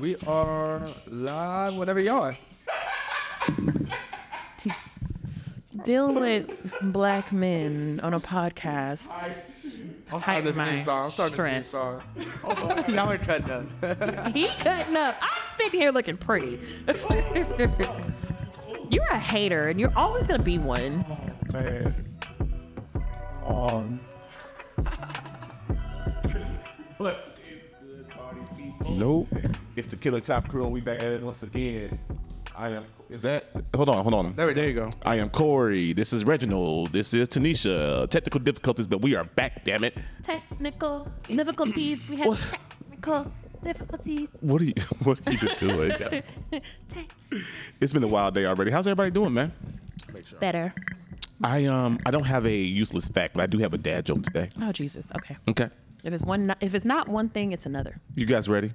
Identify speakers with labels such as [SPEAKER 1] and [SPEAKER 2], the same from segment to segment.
[SPEAKER 1] we are live whenever y'all are.
[SPEAKER 2] Dealing with black men on a podcast.
[SPEAKER 1] I'm
[SPEAKER 2] Hype
[SPEAKER 1] starting this new
[SPEAKER 2] man.
[SPEAKER 1] song. I'm starting this new
[SPEAKER 2] Stress.
[SPEAKER 1] song. Oh, now we're cutting up.
[SPEAKER 3] He cutting up. I'm sitting here looking pretty. you're a hater, and you're always gonna be one.
[SPEAKER 1] Man. Um.
[SPEAKER 4] Nope. It's the Killer Cop Crew, and we back at it once again. I am. Is that? Hold on, hold on.
[SPEAKER 1] There, there you go.
[SPEAKER 4] I am Corey. This is Reginald. This is Tanisha. Technical difficulties, but we are back. Damn it!
[SPEAKER 3] Technical difficulties. We have technical difficulties.
[SPEAKER 4] What are you? What are you doing? it's been a wild day already. How's everybody doing, man?
[SPEAKER 2] Better.
[SPEAKER 4] I um I don't have a useless fact, but I do have a dad joke today.
[SPEAKER 2] Oh Jesus. Okay.
[SPEAKER 4] Okay.
[SPEAKER 2] If it's one, if it's not one thing, it's another.
[SPEAKER 4] You guys ready?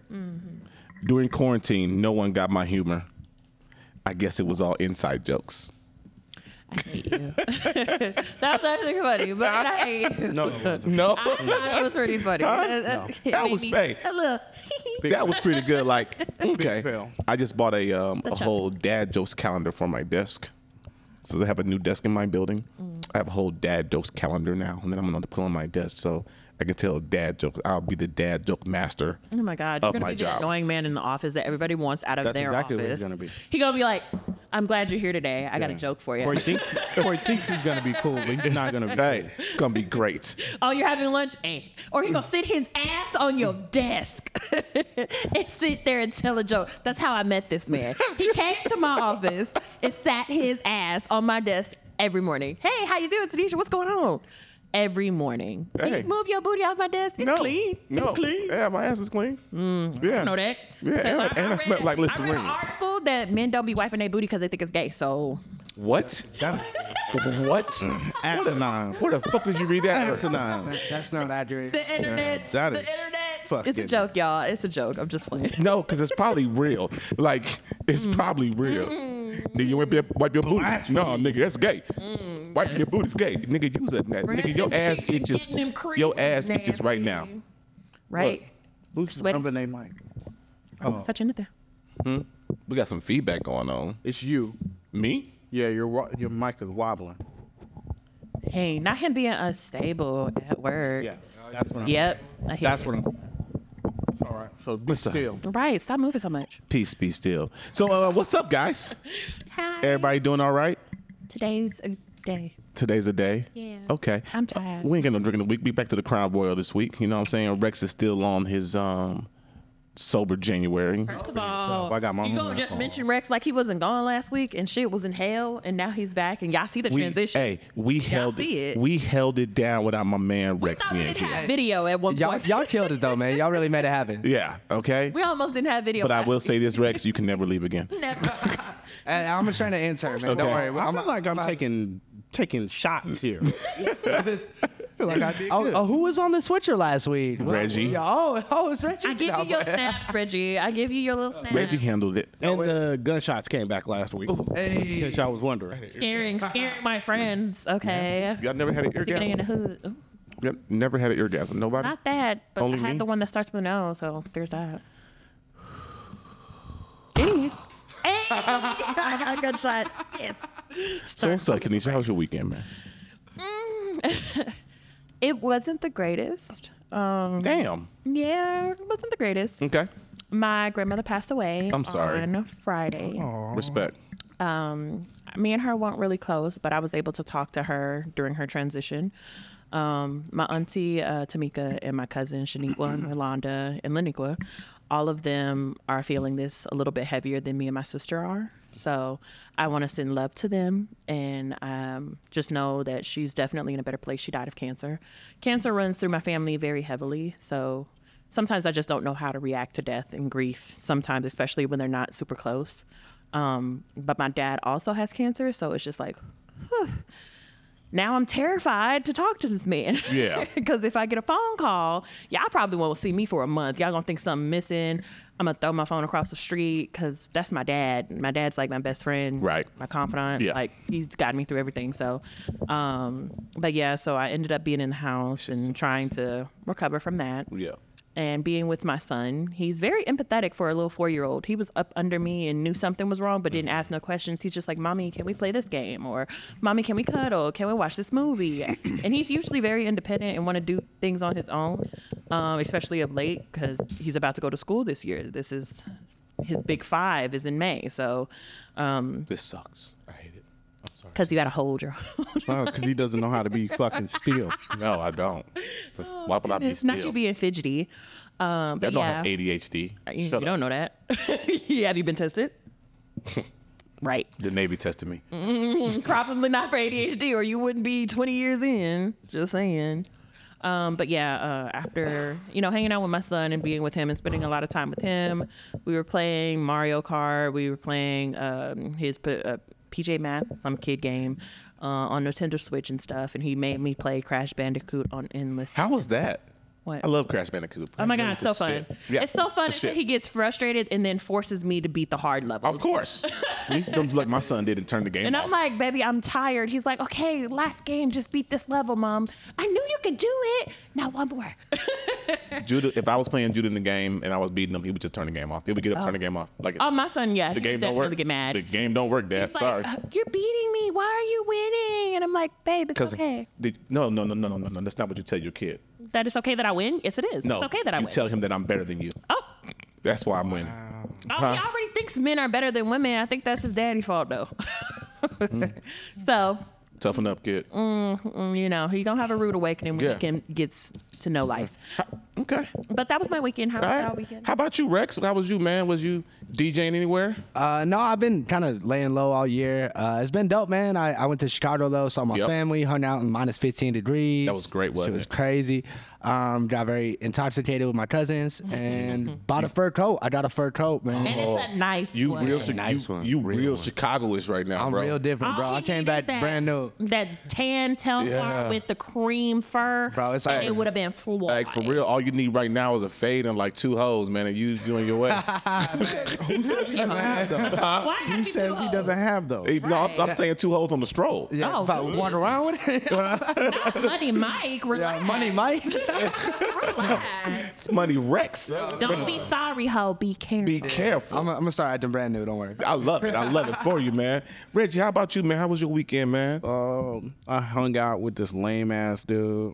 [SPEAKER 4] During quarantine, no one got my humor. I guess it was all inside jokes.
[SPEAKER 2] I hate you. that was actually funny, but I hate you.
[SPEAKER 5] No, it wasn't.
[SPEAKER 4] No.
[SPEAKER 3] I thought it was pretty funny. That, that- it
[SPEAKER 4] That
[SPEAKER 3] made
[SPEAKER 4] was
[SPEAKER 3] me
[SPEAKER 4] fake.
[SPEAKER 3] A little.
[SPEAKER 4] that was pretty good. Like, okay,
[SPEAKER 5] fail.
[SPEAKER 4] I just bought a um, a
[SPEAKER 2] That's up.
[SPEAKER 4] whole dad jokes calendar for my desk. So I have a new desk in my building. I have a whole dad jokes calendar now, and then I'm gonna put on my desk so I can tell dad jokes. I'll be the dad joke master.
[SPEAKER 2] Oh my God. You're
[SPEAKER 4] Of
[SPEAKER 2] gonna
[SPEAKER 4] my
[SPEAKER 2] be the
[SPEAKER 4] job.
[SPEAKER 2] annoying man in the office that everybody wants out of
[SPEAKER 5] That's
[SPEAKER 2] their
[SPEAKER 5] exactly what
[SPEAKER 2] office.
[SPEAKER 5] he's gonna be.
[SPEAKER 2] He gonna be like, "I'm glad you're here today. I got a
[SPEAKER 5] Yeah.
[SPEAKER 2] joke for you."
[SPEAKER 5] Corey thinks Corey thinks he's gonna be cool, but he's not gonna be.
[SPEAKER 4] Hey, it's gonna be great.
[SPEAKER 3] Oh, you're having lunch? Eh. Or he gonna sit his ass on your desk and sit there and tell a joke. That's how I met this man. He came to my office and sat his ass on my desk every morning. Hey, how you doing, Tanisha? What's going on? Every morning. Hey.
[SPEAKER 4] Hey.
[SPEAKER 3] move your booty off my desk. It's clean.
[SPEAKER 4] no,
[SPEAKER 3] It's clean.
[SPEAKER 4] yeah, my ass is clean. yeah,
[SPEAKER 2] I know that.
[SPEAKER 4] Yeah, and, I, and I smell like
[SPEAKER 3] I read
[SPEAKER 4] Listerine.
[SPEAKER 3] an article that men don't be wiping their booty because they think it's gay. So
[SPEAKER 4] What?
[SPEAKER 5] That,
[SPEAKER 4] what?
[SPEAKER 5] asinine.
[SPEAKER 4] Where the fuck did you read that?
[SPEAKER 5] Asinine.
[SPEAKER 1] That's not accurate.
[SPEAKER 3] the internet,
[SPEAKER 5] that
[SPEAKER 3] the
[SPEAKER 5] is
[SPEAKER 3] internet.
[SPEAKER 5] fucking-
[SPEAKER 3] It's a joke, y'all. It's a joke. I'm just playing.
[SPEAKER 4] No, because it's probably real. Like, it's
[SPEAKER 3] Mm.
[SPEAKER 4] probably real. Nigga, you wipe your, wipe your booty. No, nigga, that's gay.
[SPEAKER 3] Mm.
[SPEAKER 4] Wiping your booty's gay. Nigga, use that. Nigga, your ass
[SPEAKER 3] Getting
[SPEAKER 4] itches.
[SPEAKER 3] them creases,
[SPEAKER 4] Your ass itches right now.
[SPEAKER 3] nasty. Right.
[SPEAKER 5] Who's
[SPEAKER 3] Sweaty.
[SPEAKER 5] rubbing their mic?
[SPEAKER 2] Touch anything.
[SPEAKER 4] We got some feedback going on.
[SPEAKER 5] It's you.
[SPEAKER 4] Me?
[SPEAKER 5] Yeah, your wa- your mic is wobbling.
[SPEAKER 2] Hey, not him being unstable at work.
[SPEAKER 5] Yeah, that's what I'm.
[SPEAKER 2] Yep. I hate
[SPEAKER 5] That's
[SPEAKER 2] you.
[SPEAKER 5] what I'm. All right. So be
[SPEAKER 4] What's up?
[SPEAKER 5] still.
[SPEAKER 2] Right. Stop moving so much.
[SPEAKER 4] Peace be still. So, uh, what's up, guys?
[SPEAKER 2] Hi.
[SPEAKER 4] Everybody doing all right?
[SPEAKER 2] Today's a day.
[SPEAKER 4] Today's a day.
[SPEAKER 2] Yeah.
[SPEAKER 4] Okay.
[SPEAKER 2] I'm tired.
[SPEAKER 4] We ain't got no drinking the week. Be back to the Crown Royal this week. You know what I'm saying? Rex is still on his um sober January.
[SPEAKER 2] First of all,
[SPEAKER 5] I got my
[SPEAKER 2] you gonna
[SPEAKER 5] mind
[SPEAKER 2] just
[SPEAKER 5] on.
[SPEAKER 2] mention Rex like he wasn't gone last week and shit was in hell and now he's back and y'all see the
[SPEAKER 4] We,
[SPEAKER 2] transition.
[SPEAKER 4] hey, we held
[SPEAKER 2] see
[SPEAKER 4] it.
[SPEAKER 2] it.
[SPEAKER 4] We held it down without my man Rex
[SPEAKER 3] Thought we
[SPEAKER 4] being
[SPEAKER 3] didn't
[SPEAKER 4] here.
[SPEAKER 3] have video at one
[SPEAKER 1] Y'all,
[SPEAKER 3] point.
[SPEAKER 1] y'all killed it though, man. Y'all really made it happen.
[SPEAKER 4] Yeah. Okay.
[SPEAKER 2] We almost didn't have video.
[SPEAKER 4] But I
[SPEAKER 2] last
[SPEAKER 4] will
[SPEAKER 2] week.
[SPEAKER 4] say this, Rex, you can never leave again.
[SPEAKER 2] Never.
[SPEAKER 1] And I'm gonna try to answer, man. Don't
[SPEAKER 4] Okay.
[SPEAKER 1] worry.
[SPEAKER 5] I
[SPEAKER 1] I'm,
[SPEAKER 5] feel like I'm taking taking shots here.
[SPEAKER 1] I feel like I did
[SPEAKER 6] Oh,
[SPEAKER 1] good.
[SPEAKER 6] oh, who was on the switcher last week?
[SPEAKER 4] Reggie.
[SPEAKER 6] Yeah, oh, oh, it's Reggie.
[SPEAKER 2] I give you your snaps, Reggie. I give you your little snaps.
[SPEAKER 4] Reggie handled it.
[SPEAKER 5] and the gunshots came back last week. In
[SPEAKER 1] Hey.
[SPEAKER 5] case I was wondering.
[SPEAKER 2] scaring, scaring my friends. Okay.
[SPEAKER 4] Y'all never had an
[SPEAKER 2] You're getting in the
[SPEAKER 4] eargasm.
[SPEAKER 2] hood. Ooh,
[SPEAKER 4] Y'all never had an eargasm. Nobody.
[SPEAKER 2] Not that, but
[SPEAKER 4] Only
[SPEAKER 2] I had
[SPEAKER 4] me?
[SPEAKER 2] the one that starts with an O, so there's that. Anyway. Hey, I got a good shot. Yes.
[SPEAKER 4] So what's up, Tanisha? How was your weekend, man?
[SPEAKER 2] It wasn't the greatest. Um,
[SPEAKER 4] Damn.
[SPEAKER 2] yeah, it wasn't the greatest.
[SPEAKER 4] Okay.
[SPEAKER 2] My grandmother passed away
[SPEAKER 4] I'm sorry.
[SPEAKER 2] on Friday.
[SPEAKER 4] Respect.
[SPEAKER 2] Um, me and her weren't really close, but I was able to talk to her during her transition. Um, my auntie uh, Tamika and my cousin Shaniqua and Rolanda and Leniqua, all of them are feeling this a little bit heavier than me and my sister are. So I want to send love to them and um, just know that she's definitely in a better place. She died of cancer. Cancer runs through my family very heavily, so sometimes I just don't know how to react to death and grief. Sometimes, especially when they're not super close. Um, but my dad also has cancer, so it's just like, whew. now I'm terrified to talk to this man.
[SPEAKER 4] Yeah.
[SPEAKER 2] Because if I get a phone call, y'all probably won't see me for a month. Y'all gonna think something missing. I'm gonna throw my phone across the street because that's my dad. My dad's like my best friend,
[SPEAKER 4] Right.
[SPEAKER 2] My confidant.
[SPEAKER 4] Yeah.
[SPEAKER 2] Like he's gotten me through everything. So, um, but yeah, so I ended up being in the house and trying to recover from that.
[SPEAKER 4] Yeah.
[SPEAKER 2] and being with my son. He's very empathetic for a little four year old. He was up under me and knew something was wrong, but didn't
[SPEAKER 7] Mm-hmm.
[SPEAKER 2] ask no questions. He's just like, Mommy, can we play this game? Or, Mommy, can we cuddle? Can we watch this movie? And he's usually very independent and want to do things on his own, um, especially of late because he's about to go to school this year. This is his big five is in May. So, um
[SPEAKER 7] This sucks. I hate it. I'm sorry.
[SPEAKER 2] 'cause because you got to hold your
[SPEAKER 5] because he doesn't know how to be fucking still.
[SPEAKER 7] No, I don't. The f- Why would I be
[SPEAKER 2] It's not
[SPEAKER 7] still?
[SPEAKER 2] you being fidgety. Um,
[SPEAKER 7] I
[SPEAKER 2] but
[SPEAKER 7] don't
[SPEAKER 2] yeah.
[SPEAKER 7] have ADHD.
[SPEAKER 2] You,
[SPEAKER 7] Shut
[SPEAKER 2] you
[SPEAKER 7] up.
[SPEAKER 2] don't know that. yeah, have you been tested? right.
[SPEAKER 7] The Navy tested me.
[SPEAKER 2] Mm. Probably not for ADHD, or you wouldn't be 20 years in. Just saying. Um, but yeah, uh, after you know hanging out with my son and being with him and spending a lot of time with him, we were playing Mario Kart. We were playing um, his p- uh, PJ Masks, some kid game uh, on Nintendo Switch and stuff. And he made me play Crash Bandicoot on endless.
[SPEAKER 4] How was that?
[SPEAKER 2] What?
[SPEAKER 4] I love Crash Bandicoot.
[SPEAKER 2] Oh my god, it's so fun!
[SPEAKER 4] Shit. Yeah,
[SPEAKER 2] It's so fun
[SPEAKER 4] the
[SPEAKER 2] until
[SPEAKER 4] shit.
[SPEAKER 2] he gets frustrated and then forces me to beat the hard level.
[SPEAKER 4] Of course. At least don't like my son didn't turn the game
[SPEAKER 2] And
[SPEAKER 4] off.
[SPEAKER 2] I'm like, baby, I'm tired. He's like, okay, last game, just beat this level, mom. I knew you could do it. Now one more.
[SPEAKER 4] Judah, if I was playing Judah in the game and I was beating him, he would just turn the game off. He would get up, turn the game off. Like
[SPEAKER 2] oh, my son, yeah, he
[SPEAKER 4] the game don't
[SPEAKER 2] definitely
[SPEAKER 4] work.
[SPEAKER 2] get mad.
[SPEAKER 4] The game don't work, Dad.
[SPEAKER 2] He's like,
[SPEAKER 4] Sorry.
[SPEAKER 2] uh, you're beating me. Why are you winning? And I'm like, babe, it's
[SPEAKER 4] Because
[SPEAKER 2] okay.
[SPEAKER 4] no, no, no, no, no, no, no. That's not what you tell your kid.
[SPEAKER 2] That it's okay that I win. Yes, it is.
[SPEAKER 4] No,
[SPEAKER 2] it's okay that I
[SPEAKER 4] you
[SPEAKER 2] win.
[SPEAKER 4] tell him that I'm better than you.
[SPEAKER 2] oh.
[SPEAKER 4] That's why I'm winning.
[SPEAKER 2] Oh, he
[SPEAKER 4] Huh?
[SPEAKER 2] already thinks men are better than women. I think that's his daddy fault though. So
[SPEAKER 4] Toughen up, kid.
[SPEAKER 2] mm, you know he don't have a rude awakening when
[SPEAKER 4] Yeah.
[SPEAKER 2] he can, gets to know life.
[SPEAKER 4] Okay.
[SPEAKER 2] But that was my weekend. How
[SPEAKER 4] All
[SPEAKER 2] was
[SPEAKER 4] right.
[SPEAKER 2] y'all weekend?
[SPEAKER 4] How about you, Rex? How was you, man? Was you DJing anywhere?
[SPEAKER 1] Uh, no, I've been kind of laying low all year. Uh, it's been dope, man. I, I went to Chicago though, saw my
[SPEAKER 4] Yep.
[SPEAKER 1] family, hung out in minus 15 degrees.
[SPEAKER 4] That was great, wasn't
[SPEAKER 1] It was
[SPEAKER 4] it?
[SPEAKER 1] crazy. Um, got very intoxicated with my cousins and bought a fur coat. I got a fur coat, man.
[SPEAKER 2] Mm-hmm. And
[SPEAKER 4] Oh,
[SPEAKER 2] it's a nice
[SPEAKER 4] You
[SPEAKER 2] one.
[SPEAKER 4] real, Chi-
[SPEAKER 1] nice
[SPEAKER 4] you,
[SPEAKER 1] one.
[SPEAKER 4] you
[SPEAKER 1] Real
[SPEAKER 4] real,
[SPEAKER 1] one.
[SPEAKER 4] Chicagoist right now,
[SPEAKER 1] I'm
[SPEAKER 4] bro.
[SPEAKER 1] real different, bro.
[SPEAKER 2] All
[SPEAKER 1] I
[SPEAKER 2] he
[SPEAKER 1] came
[SPEAKER 2] needed
[SPEAKER 1] back
[SPEAKER 2] that-
[SPEAKER 1] brand new.
[SPEAKER 2] That tan Telfar
[SPEAKER 4] Yeah.
[SPEAKER 2] with the cream fur.
[SPEAKER 1] Bro, it's
[SPEAKER 2] and
[SPEAKER 1] like-
[SPEAKER 2] it would have been full.
[SPEAKER 4] Like for real, all you need right now is a fade and like two hoes, man, and you doing your way.
[SPEAKER 2] Why gotta be
[SPEAKER 5] He says
[SPEAKER 2] two
[SPEAKER 5] he
[SPEAKER 2] hoes?
[SPEAKER 5] doesn't have those.
[SPEAKER 4] Hey, No, I'm, I'm saying two hoes on the stroll.
[SPEAKER 1] Yeah,
[SPEAKER 2] Oh,
[SPEAKER 1] if I
[SPEAKER 2] dude.
[SPEAKER 1] walk around with it.
[SPEAKER 2] Money Mike. Relax.
[SPEAKER 1] yeah, Uh, money, Mike.
[SPEAKER 4] It's money, Rex.
[SPEAKER 2] Don't be sorry, ho. Be careful.
[SPEAKER 4] Be careful.
[SPEAKER 1] I'm, I'm gonna start acting brand new. Don't worry.
[SPEAKER 4] I love it. I love it for you, man. Reggie, how about you, man? How was your weekend, man?
[SPEAKER 5] Um, I hung out with this lame ass dude.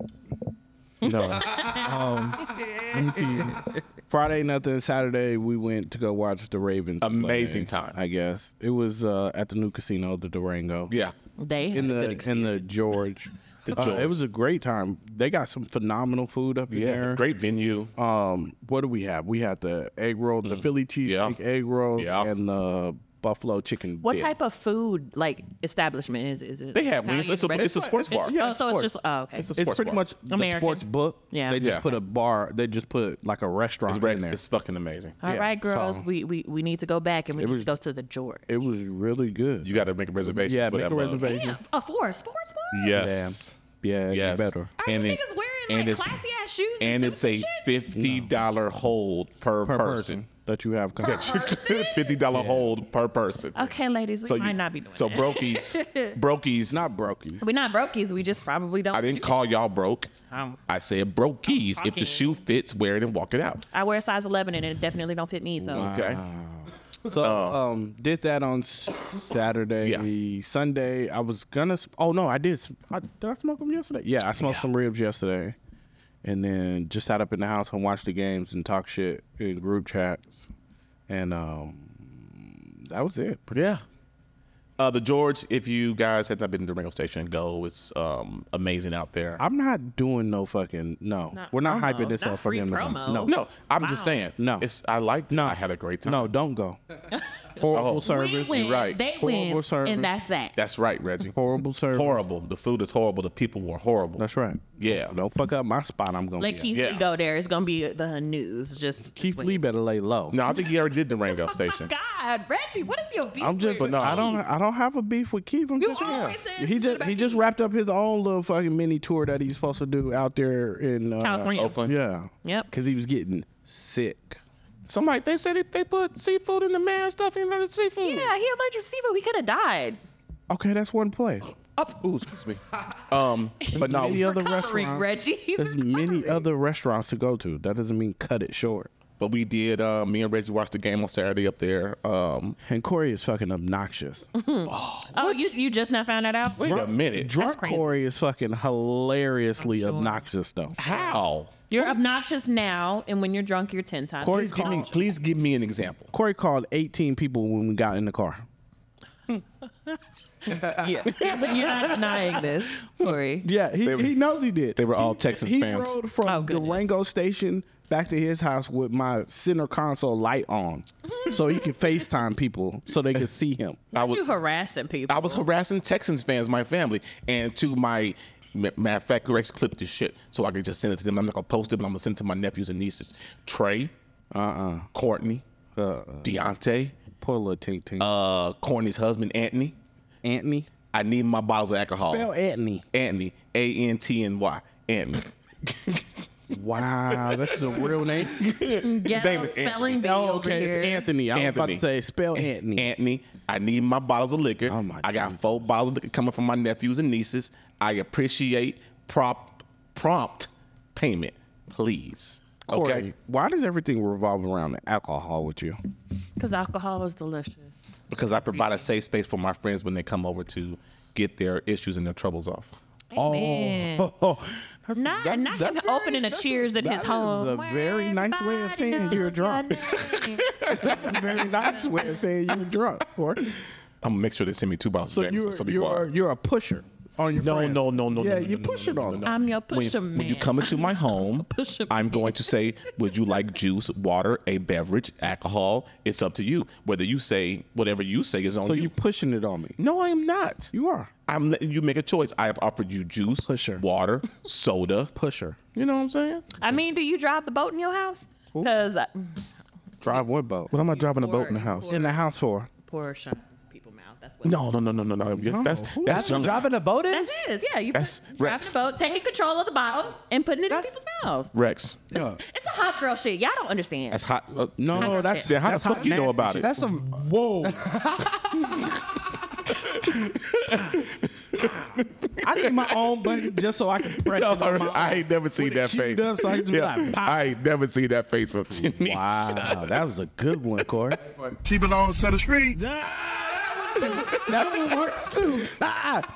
[SPEAKER 5] No. um, let me see. Friday, nothing. Saturday, we went to go watch the Ravens.
[SPEAKER 4] Amazing
[SPEAKER 5] play,
[SPEAKER 4] time.
[SPEAKER 5] I guess it was uh, at the new casino, the Durango.
[SPEAKER 4] yeah.
[SPEAKER 2] They
[SPEAKER 5] in
[SPEAKER 2] had a
[SPEAKER 5] the
[SPEAKER 2] good
[SPEAKER 5] in the George.
[SPEAKER 4] The
[SPEAKER 5] Uh,
[SPEAKER 4] George.
[SPEAKER 5] it was a great time. They got some phenomenal food up in
[SPEAKER 4] Yeah.
[SPEAKER 5] there.
[SPEAKER 4] Great venue.
[SPEAKER 5] Um, what do we have? We had the egg roll, the Philly cheese
[SPEAKER 4] Mm. Yeah.
[SPEAKER 5] egg roll,
[SPEAKER 4] Yeah.
[SPEAKER 5] and the buffalo chicken.
[SPEAKER 2] what
[SPEAKER 5] dip.
[SPEAKER 2] type of food like establishment is is it?
[SPEAKER 4] They have wings.
[SPEAKER 2] Italian,
[SPEAKER 4] It's a,
[SPEAKER 2] breakfast?
[SPEAKER 4] it's a sports bar.
[SPEAKER 5] yeah,
[SPEAKER 2] oh, so it's
[SPEAKER 5] sports.
[SPEAKER 2] just oh, okay.
[SPEAKER 4] It's a
[SPEAKER 5] It's
[SPEAKER 4] sports
[SPEAKER 5] pretty
[SPEAKER 4] bar.
[SPEAKER 5] much the
[SPEAKER 2] American.
[SPEAKER 5] sports book.
[SPEAKER 2] Yeah.
[SPEAKER 5] They just
[SPEAKER 4] Yeah.
[SPEAKER 5] put a bar. They just put like a restaurant
[SPEAKER 4] It's, Rex.
[SPEAKER 5] in there.
[SPEAKER 4] it's fucking amazing.
[SPEAKER 2] All
[SPEAKER 5] yeah,
[SPEAKER 2] right, girls,
[SPEAKER 5] so-
[SPEAKER 2] we, we we need to go back and we
[SPEAKER 5] It
[SPEAKER 2] need
[SPEAKER 5] was-
[SPEAKER 2] to go to the George.
[SPEAKER 5] It was really good.
[SPEAKER 4] You got to make a reservation.
[SPEAKER 5] yeah,
[SPEAKER 4] for
[SPEAKER 5] make
[SPEAKER 4] that
[SPEAKER 5] a
[SPEAKER 4] mug.
[SPEAKER 5] reservation.
[SPEAKER 3] Yeah, a four sports bar.
[SPEAKER 4] Yes.
[SPEAKER 5] Yeah,
[SPEAKER 4] Yes.
[SPEAKER 5] yes. better.
[SPEAKER 3] Are
[SPEAKER 4] And
[SPEAKER 3] you
[SPEAKER 4] it-
[SPEAKER 3] niggas wearing
[SPEAKER 4] and
[SPEAKER 3] like
[SPEAKER 4] it's-
[SPEAKER 3] classy ass shoes?
[SPEAKER 4] And it's a
[SPEAKER 3] suits and
[SPEAKER 4] fifty dollar hold per,
[SPEAKER 5] Per
[SPEAKER 4] person.
[SPEAKER 5] person that you have coming.
[SPEAKER 4] fifty dollar hold per person.
[SPEAKER 2] Okay, ladies, we
[SPEAKER 4] So you-
[SPEAKER 2] might not be doing
[SPEAKER 4] so
[SPEAKER 2] that.
[SPEAKER 4] brokies, brokies.
[SPEAKER 5] Not brokies.
[SPEAKER 2] We're not brokies. We just probably don't.
[SPEAKER 4] I didn't call y'all broke.
[SPEAKER 2] Um,
[SPEAKER 4] I said brokies. If the
[SPEAKER 2] talking.
[SPEAKER 4] shoe fits, wear it and walk it out.
[SPEAKER 2] I wear a size 11 and it definitely don't fit me. So
[SPEAKER 4] Okay.
[SPEAKER 5] So
[SPEAKER 4] Oh.
[SPEAKER 5] um, did that on Saturday, Sunday. I was gonna. s- Oh no, I did. s- I, did I smoke them yesterday? Yeah, I smoked some ribs yesterday, and then just sat up in the house and watched the games and talked shit in group chats, and um, that was it. Pretty
[SPEAKER 4] Yeah. Uh, the George, if you guys have not been to Durango Station, go. It's um, amazing out there.
[SPEAKER 5] I'm not doing no fucking no.
[SPEAKER 2] Not
[SPEAKER 5] We're not
[SPEAKER 2] promo.
[SPEAKER 5] hyping this
[SPEAKER 2] Not
[SPEAKER 5] up for
[SPEAKER 2] free
[SPEAKER 5] them. to come.
[SPEAKER 2] promo.
[SPEAKER 5] No,
[SPEAKER 4] no, I'm just
[SPEAKER 2] Wow.
[SPEAKER 4] saying.
[SPEAKER 5] No.
[SPEAKER 4] it's I liked. No, I had a great time.
[SPEAKER 5] no, don't go. Horrible
[SPEAKER 4] Oh.
[SPEAKER 5] service.
[SPEAKER 3] win.
[SPEAKER 4] right.
[SPEAKER 3] They
[SPEAKER 5] Horrible
[SPEAKER 3] win,
[SPEAKER 5] service.
[SPEAKER 3] and that's that.
[SPEAKER 4] that's right, Reggie.
[SPEAKER 5] Horrible service.
[SPEAKER 4] horrible. The food is horrible. The people were horrible.
[SPEAKER 5] That's right.
[SPEAKER 4] Yeah.
[SPEAKER 5] Don't fuck up my spot. I'm gonna.
[SPEAKER 2] Let
[SPEAKER 5] be at.
[SPEAKER 2] Keith
[SPEAKER 4] Yeah.
[SPEAKER 2] go there. It's gonna be the news. Just
[SPEAKER 5] Keith
[SPEAKER 2] wait. Oh
[SPEAKER 5] Lee better lay low.
[SPEAKER 4] No, I think he already did Durango Station.
[SPEAKER 3] God, Reggie, what is your beef?
[SPEAKER 5] I'm just,
[SPEAKER 3] with
[SPEAKER 5] no, I
[SPEAKER 3] Keith?
[SPEAKER 5] don't, I don't have a beef with Keith. I'm
[SPEAKER 3] You
[SPEAKER 5] just
[SPEAKER 3] always
[SPEAKER 5] saying.
[SPEAKER 3] said
[SPEAKER 5] He
[SPEAKER 3] you
[SPEAKER 5] just,
[SPEAKER 3] about
[SPEAKER 5] he just
[SPEAKER 3] Keith.
[SPEAKER 5] wrapped up his own little fucking mini tour that he's supposed to do out there in uh,
[SPEAKER 2] California.
[SPEAKER 4] Oakland.
[SPEAKER 5] Yeah,
[SPEAKER 2] Yep.
[SPEAKER 5] because he was getting sick.
[SPEAKER 4] Somebody they said that they put seafood in the man stuff in the seafood.
[SPEAKER 2] Yeah, he allergic to seafood. He could have died.
[SPEAKER 5] Okay, that's one place.
[SPEAKER 7] Ooh, excuse me.
[SPEAKER 4] Um, but no,
[SPEAKER 5] many other
[SPEAKER 3] Covering
[SPEAKER 5] restaurants.
[SPEAKER 3] Reggie.
[SPEAKER 5] There's many other restaurants to go to. That doesn't mean cut it short.
[SPEAKER 4] but we did. Uh, me and Reggie watched the game on Saturday up there. Um,
[SPEAKER 5] And Corey is fucking obnoxious.
[SPEAKER 2] Oh, you, you just now found that out?
[SPEAKER 4] wait a minute,
[SPEAKER 5] Drunk Corey is fucking hilariously obnoxious though.
[SPEAKER 4] how?
[SPEAKER 2] You're obnoxious now, and when you're drunk, you're 10 times.
[SPEAKER 5] Corey
[SPEAKER 4] Please give me,
[SPEAKER 5] called,
[SPEAKER 4] please give me an example.
[SPEAKER 5] Corey called 18 people when we got in the car.
[SPEAKER 2] Yeah. But you're not denying this, Corey.
[SPEAKER 5] Yeah, he,
[SPEAKER 4] were-
[SPEAKER 5] he knows he did.
[SPEAKER 4] They were all
[SPEAKER 5] He-
[SPEAKER 4] Texans
[SPEAKER 5] he
[SPEAKER 4] fans.
[SPEAKER 5] rode from
[SPEAKER 2] Oh, goodness.
[SPEAKER 5] Durango Station back to his house with my center console light on, so he could FaceTime people so they could see him.
[SPEAKER 4] I was,
[SPEAKER 2] You harassing people.
[SPEAKER 4] I was harassing Texans fans, my family, and to my ma- matter of fact, Rex clipped this shit so I could just send it to them. I'm not gonna post it, but I'm gonna send it to my nephews and nieces, Trey, uh-uh. Courtney,
[SPEAKER 5] Uh,
[SPEAKER 4] Deontay,
[SPEAKER 5] poor little Tink Tink.
[SPEAKER 4] uh, Courtney's husband Anthony.
[SPEAKER 5] Anthony.
[SPEAKER 4] I need my bottles of alcohol.
[SPEAKER 5] Spell Anthony.
[SPEAKER 4] Anthony, A N T N Y, Anthony.
[SPEAKER 5] Wow, that's the real name.
[SPEAKER 3] Ghetto spelling bee
[SPEAKER 5] Oh,
[SPEAKER 3] over
[SPEAKER 5] okay, it's
[SPEAKER 3] here.
[SPEAKER 5] Anthony. I was about
[SPEAKER 4] Anthony.
[SPEAKER 5] to say spell Anthony.
[SPEAKER 4] Anthony, I need my bottles of liquor.
[SPEAKER 5] Oh, my
[SPEAKER 4] I got
[SPEAKER 5] Jesus.
[SPEAKER 4] four bottles of liquor coming from my nephews and nieces. I appreciate prop, prompt payment, please.
[SPEAKER 5] Corey,
[SPEAKER 4] Okay.
[SPEAKER 5] why does everything revolve around alcohol with you?
[SPEAKER 2] Because alcohol is delicious.
[SPEAKER 4] Because I provide a safe space for my friends when they come over to get their issues and their troubles off.
[SPEAKER 5] Oh, that's,
[SPEAKER 3] Not,
[SPEAKER 5] that's-
[SPEAKER 3] not
[SPEAKER 5] that's
[SPEAKER 3] him
[SPEAKER 5] very-
[SPEAKER 3] opening a
[SPEAKER 5] that's
[SPEAKER 3] cheers at his
[SPEAKER 5] that is
[SPEAKER 3] home.
[SPEAKER 5] a very nice way of saying
[SPEAKER 3] Everybody
[SPEAKER 5] you're drunk.
[SPEAKER 3] knows my name.
[SPEAKER 5] That's a very nice way of saying you're drunk. Corey.
[SPEAKER 4] I'm gonna make sure they send me two bottles
[SPEAKER 5] So
[SPEAKER 4] of Jameson.
[SPEAKER 5] you're
[SPEAKER 4] So be
[SPEAKER 5] you're
[SPEAKER 4] quiet.
[SPEAKER 5] you're a pusher on your
[SPEAKER 4] No,
[SPEAKER 5] friends.
[SPEAKER 4] no, no, no.
[SPEAKER 5] Yeah,
[SPEAKER 4] no, no,
[SPEAKER 5] you
[SPEAKER 4] no, no,
[SPEAKER 5] push
[SPEAKER 4] no,
[SPEAKER 5] it
[SPEAKER 4] no,
[SPEAKER 5] on
[SPEAKER 4] no,
[SPEAKER 5] them.
[SPEAKER 4] no.
[SPEAKER 2] I'm your
[SPEAKER 4] when,
[SPEAKER 2] pusher man.
[SPEAKER 4] when you come into my home, I'm going to say, would you like juice, water, a beverage, alcohol? It's up to you. Whether you say whatever you say is on
[SPEAKER 5] So
[SPEAKER 4] you.
[SPEAKER 5] you pushing it on me.
[SPEAKER 4] No, I am not.
[SPEAKER 5] You are
[SPEAKER 4] I'm letting you make a choice. I have offered you juice,
[SPEAKER 5] Pusher.
[SPEAKER 4] water, soda.
[SPEAKER 5] pusher.
[SPEAKER 4] You know what I'm saying?
[SPEAKER 2] I mean, do you drive the boat in your house? Because
[SPEAKER 5] Drive one boat.
[SPEAKER 4] What am I driving a
[SPEAKER 2] pour-
[SPEAKER 4] boat in the
[SPEAKER 2] you
[SPEAKER 4] house?
[SPEAKER 2] pour-
[SPEAKER 5] In the house for?
[SPEAKER 2] poor shots people mouth. That's what
[SPEAKER 4] No, no, no, no, no, no. That's
[SPEAKER 5] who-
[SPEAKER 4] that's junk.
[SPEAKER 6] Driving a boat
[SPEAKER 2] that
[SPEAKER 6] is?
[SPEAKER 2] is. Yeah, you
[SPEAKER 4] That's
[SPEAKER 2] put, drive
[SPEAKER 4] Rex.
[SPEAKER 2] the boat, taking control of the bottle, and putting it in people's mouths.
[SPEAKER 4] Rex.
[SPEAKER 2] It's a hot girl shit. Y'all don't understand.
[SPEAKER 4] That's hot. uh,
[SPEAKER 5] No, no, that's
[SPEAKER 4] Then how the
[SPEAKER 5] that's
[SPEAKER 4] fuck you
[SPEAKER 5] nasty
[SPEAKER 4] know about
[SPEAKER 5] shit.
[SPEAKER 4] it?
[SPEAKER 6] That's some
[SPEAKER 5] Whoa! I need my own button just so I can press
[SPEAKER 4] No,
[SPEAKER 5] it on my
[SPEAKER 4] I ain't never seen that
[SPEAKER 5] queued
[SPEAKER 4] face.
[SPEAKER 5] up so I can just be like, pop.
[SPEAKER 4] I ain't never seen that face from Denise.
[SPEAKER 5] Wow, that was a good one, Corey.
[SPEAKER 8] She belongs to the street.
[SPEAKER 5] That one works too. Ah.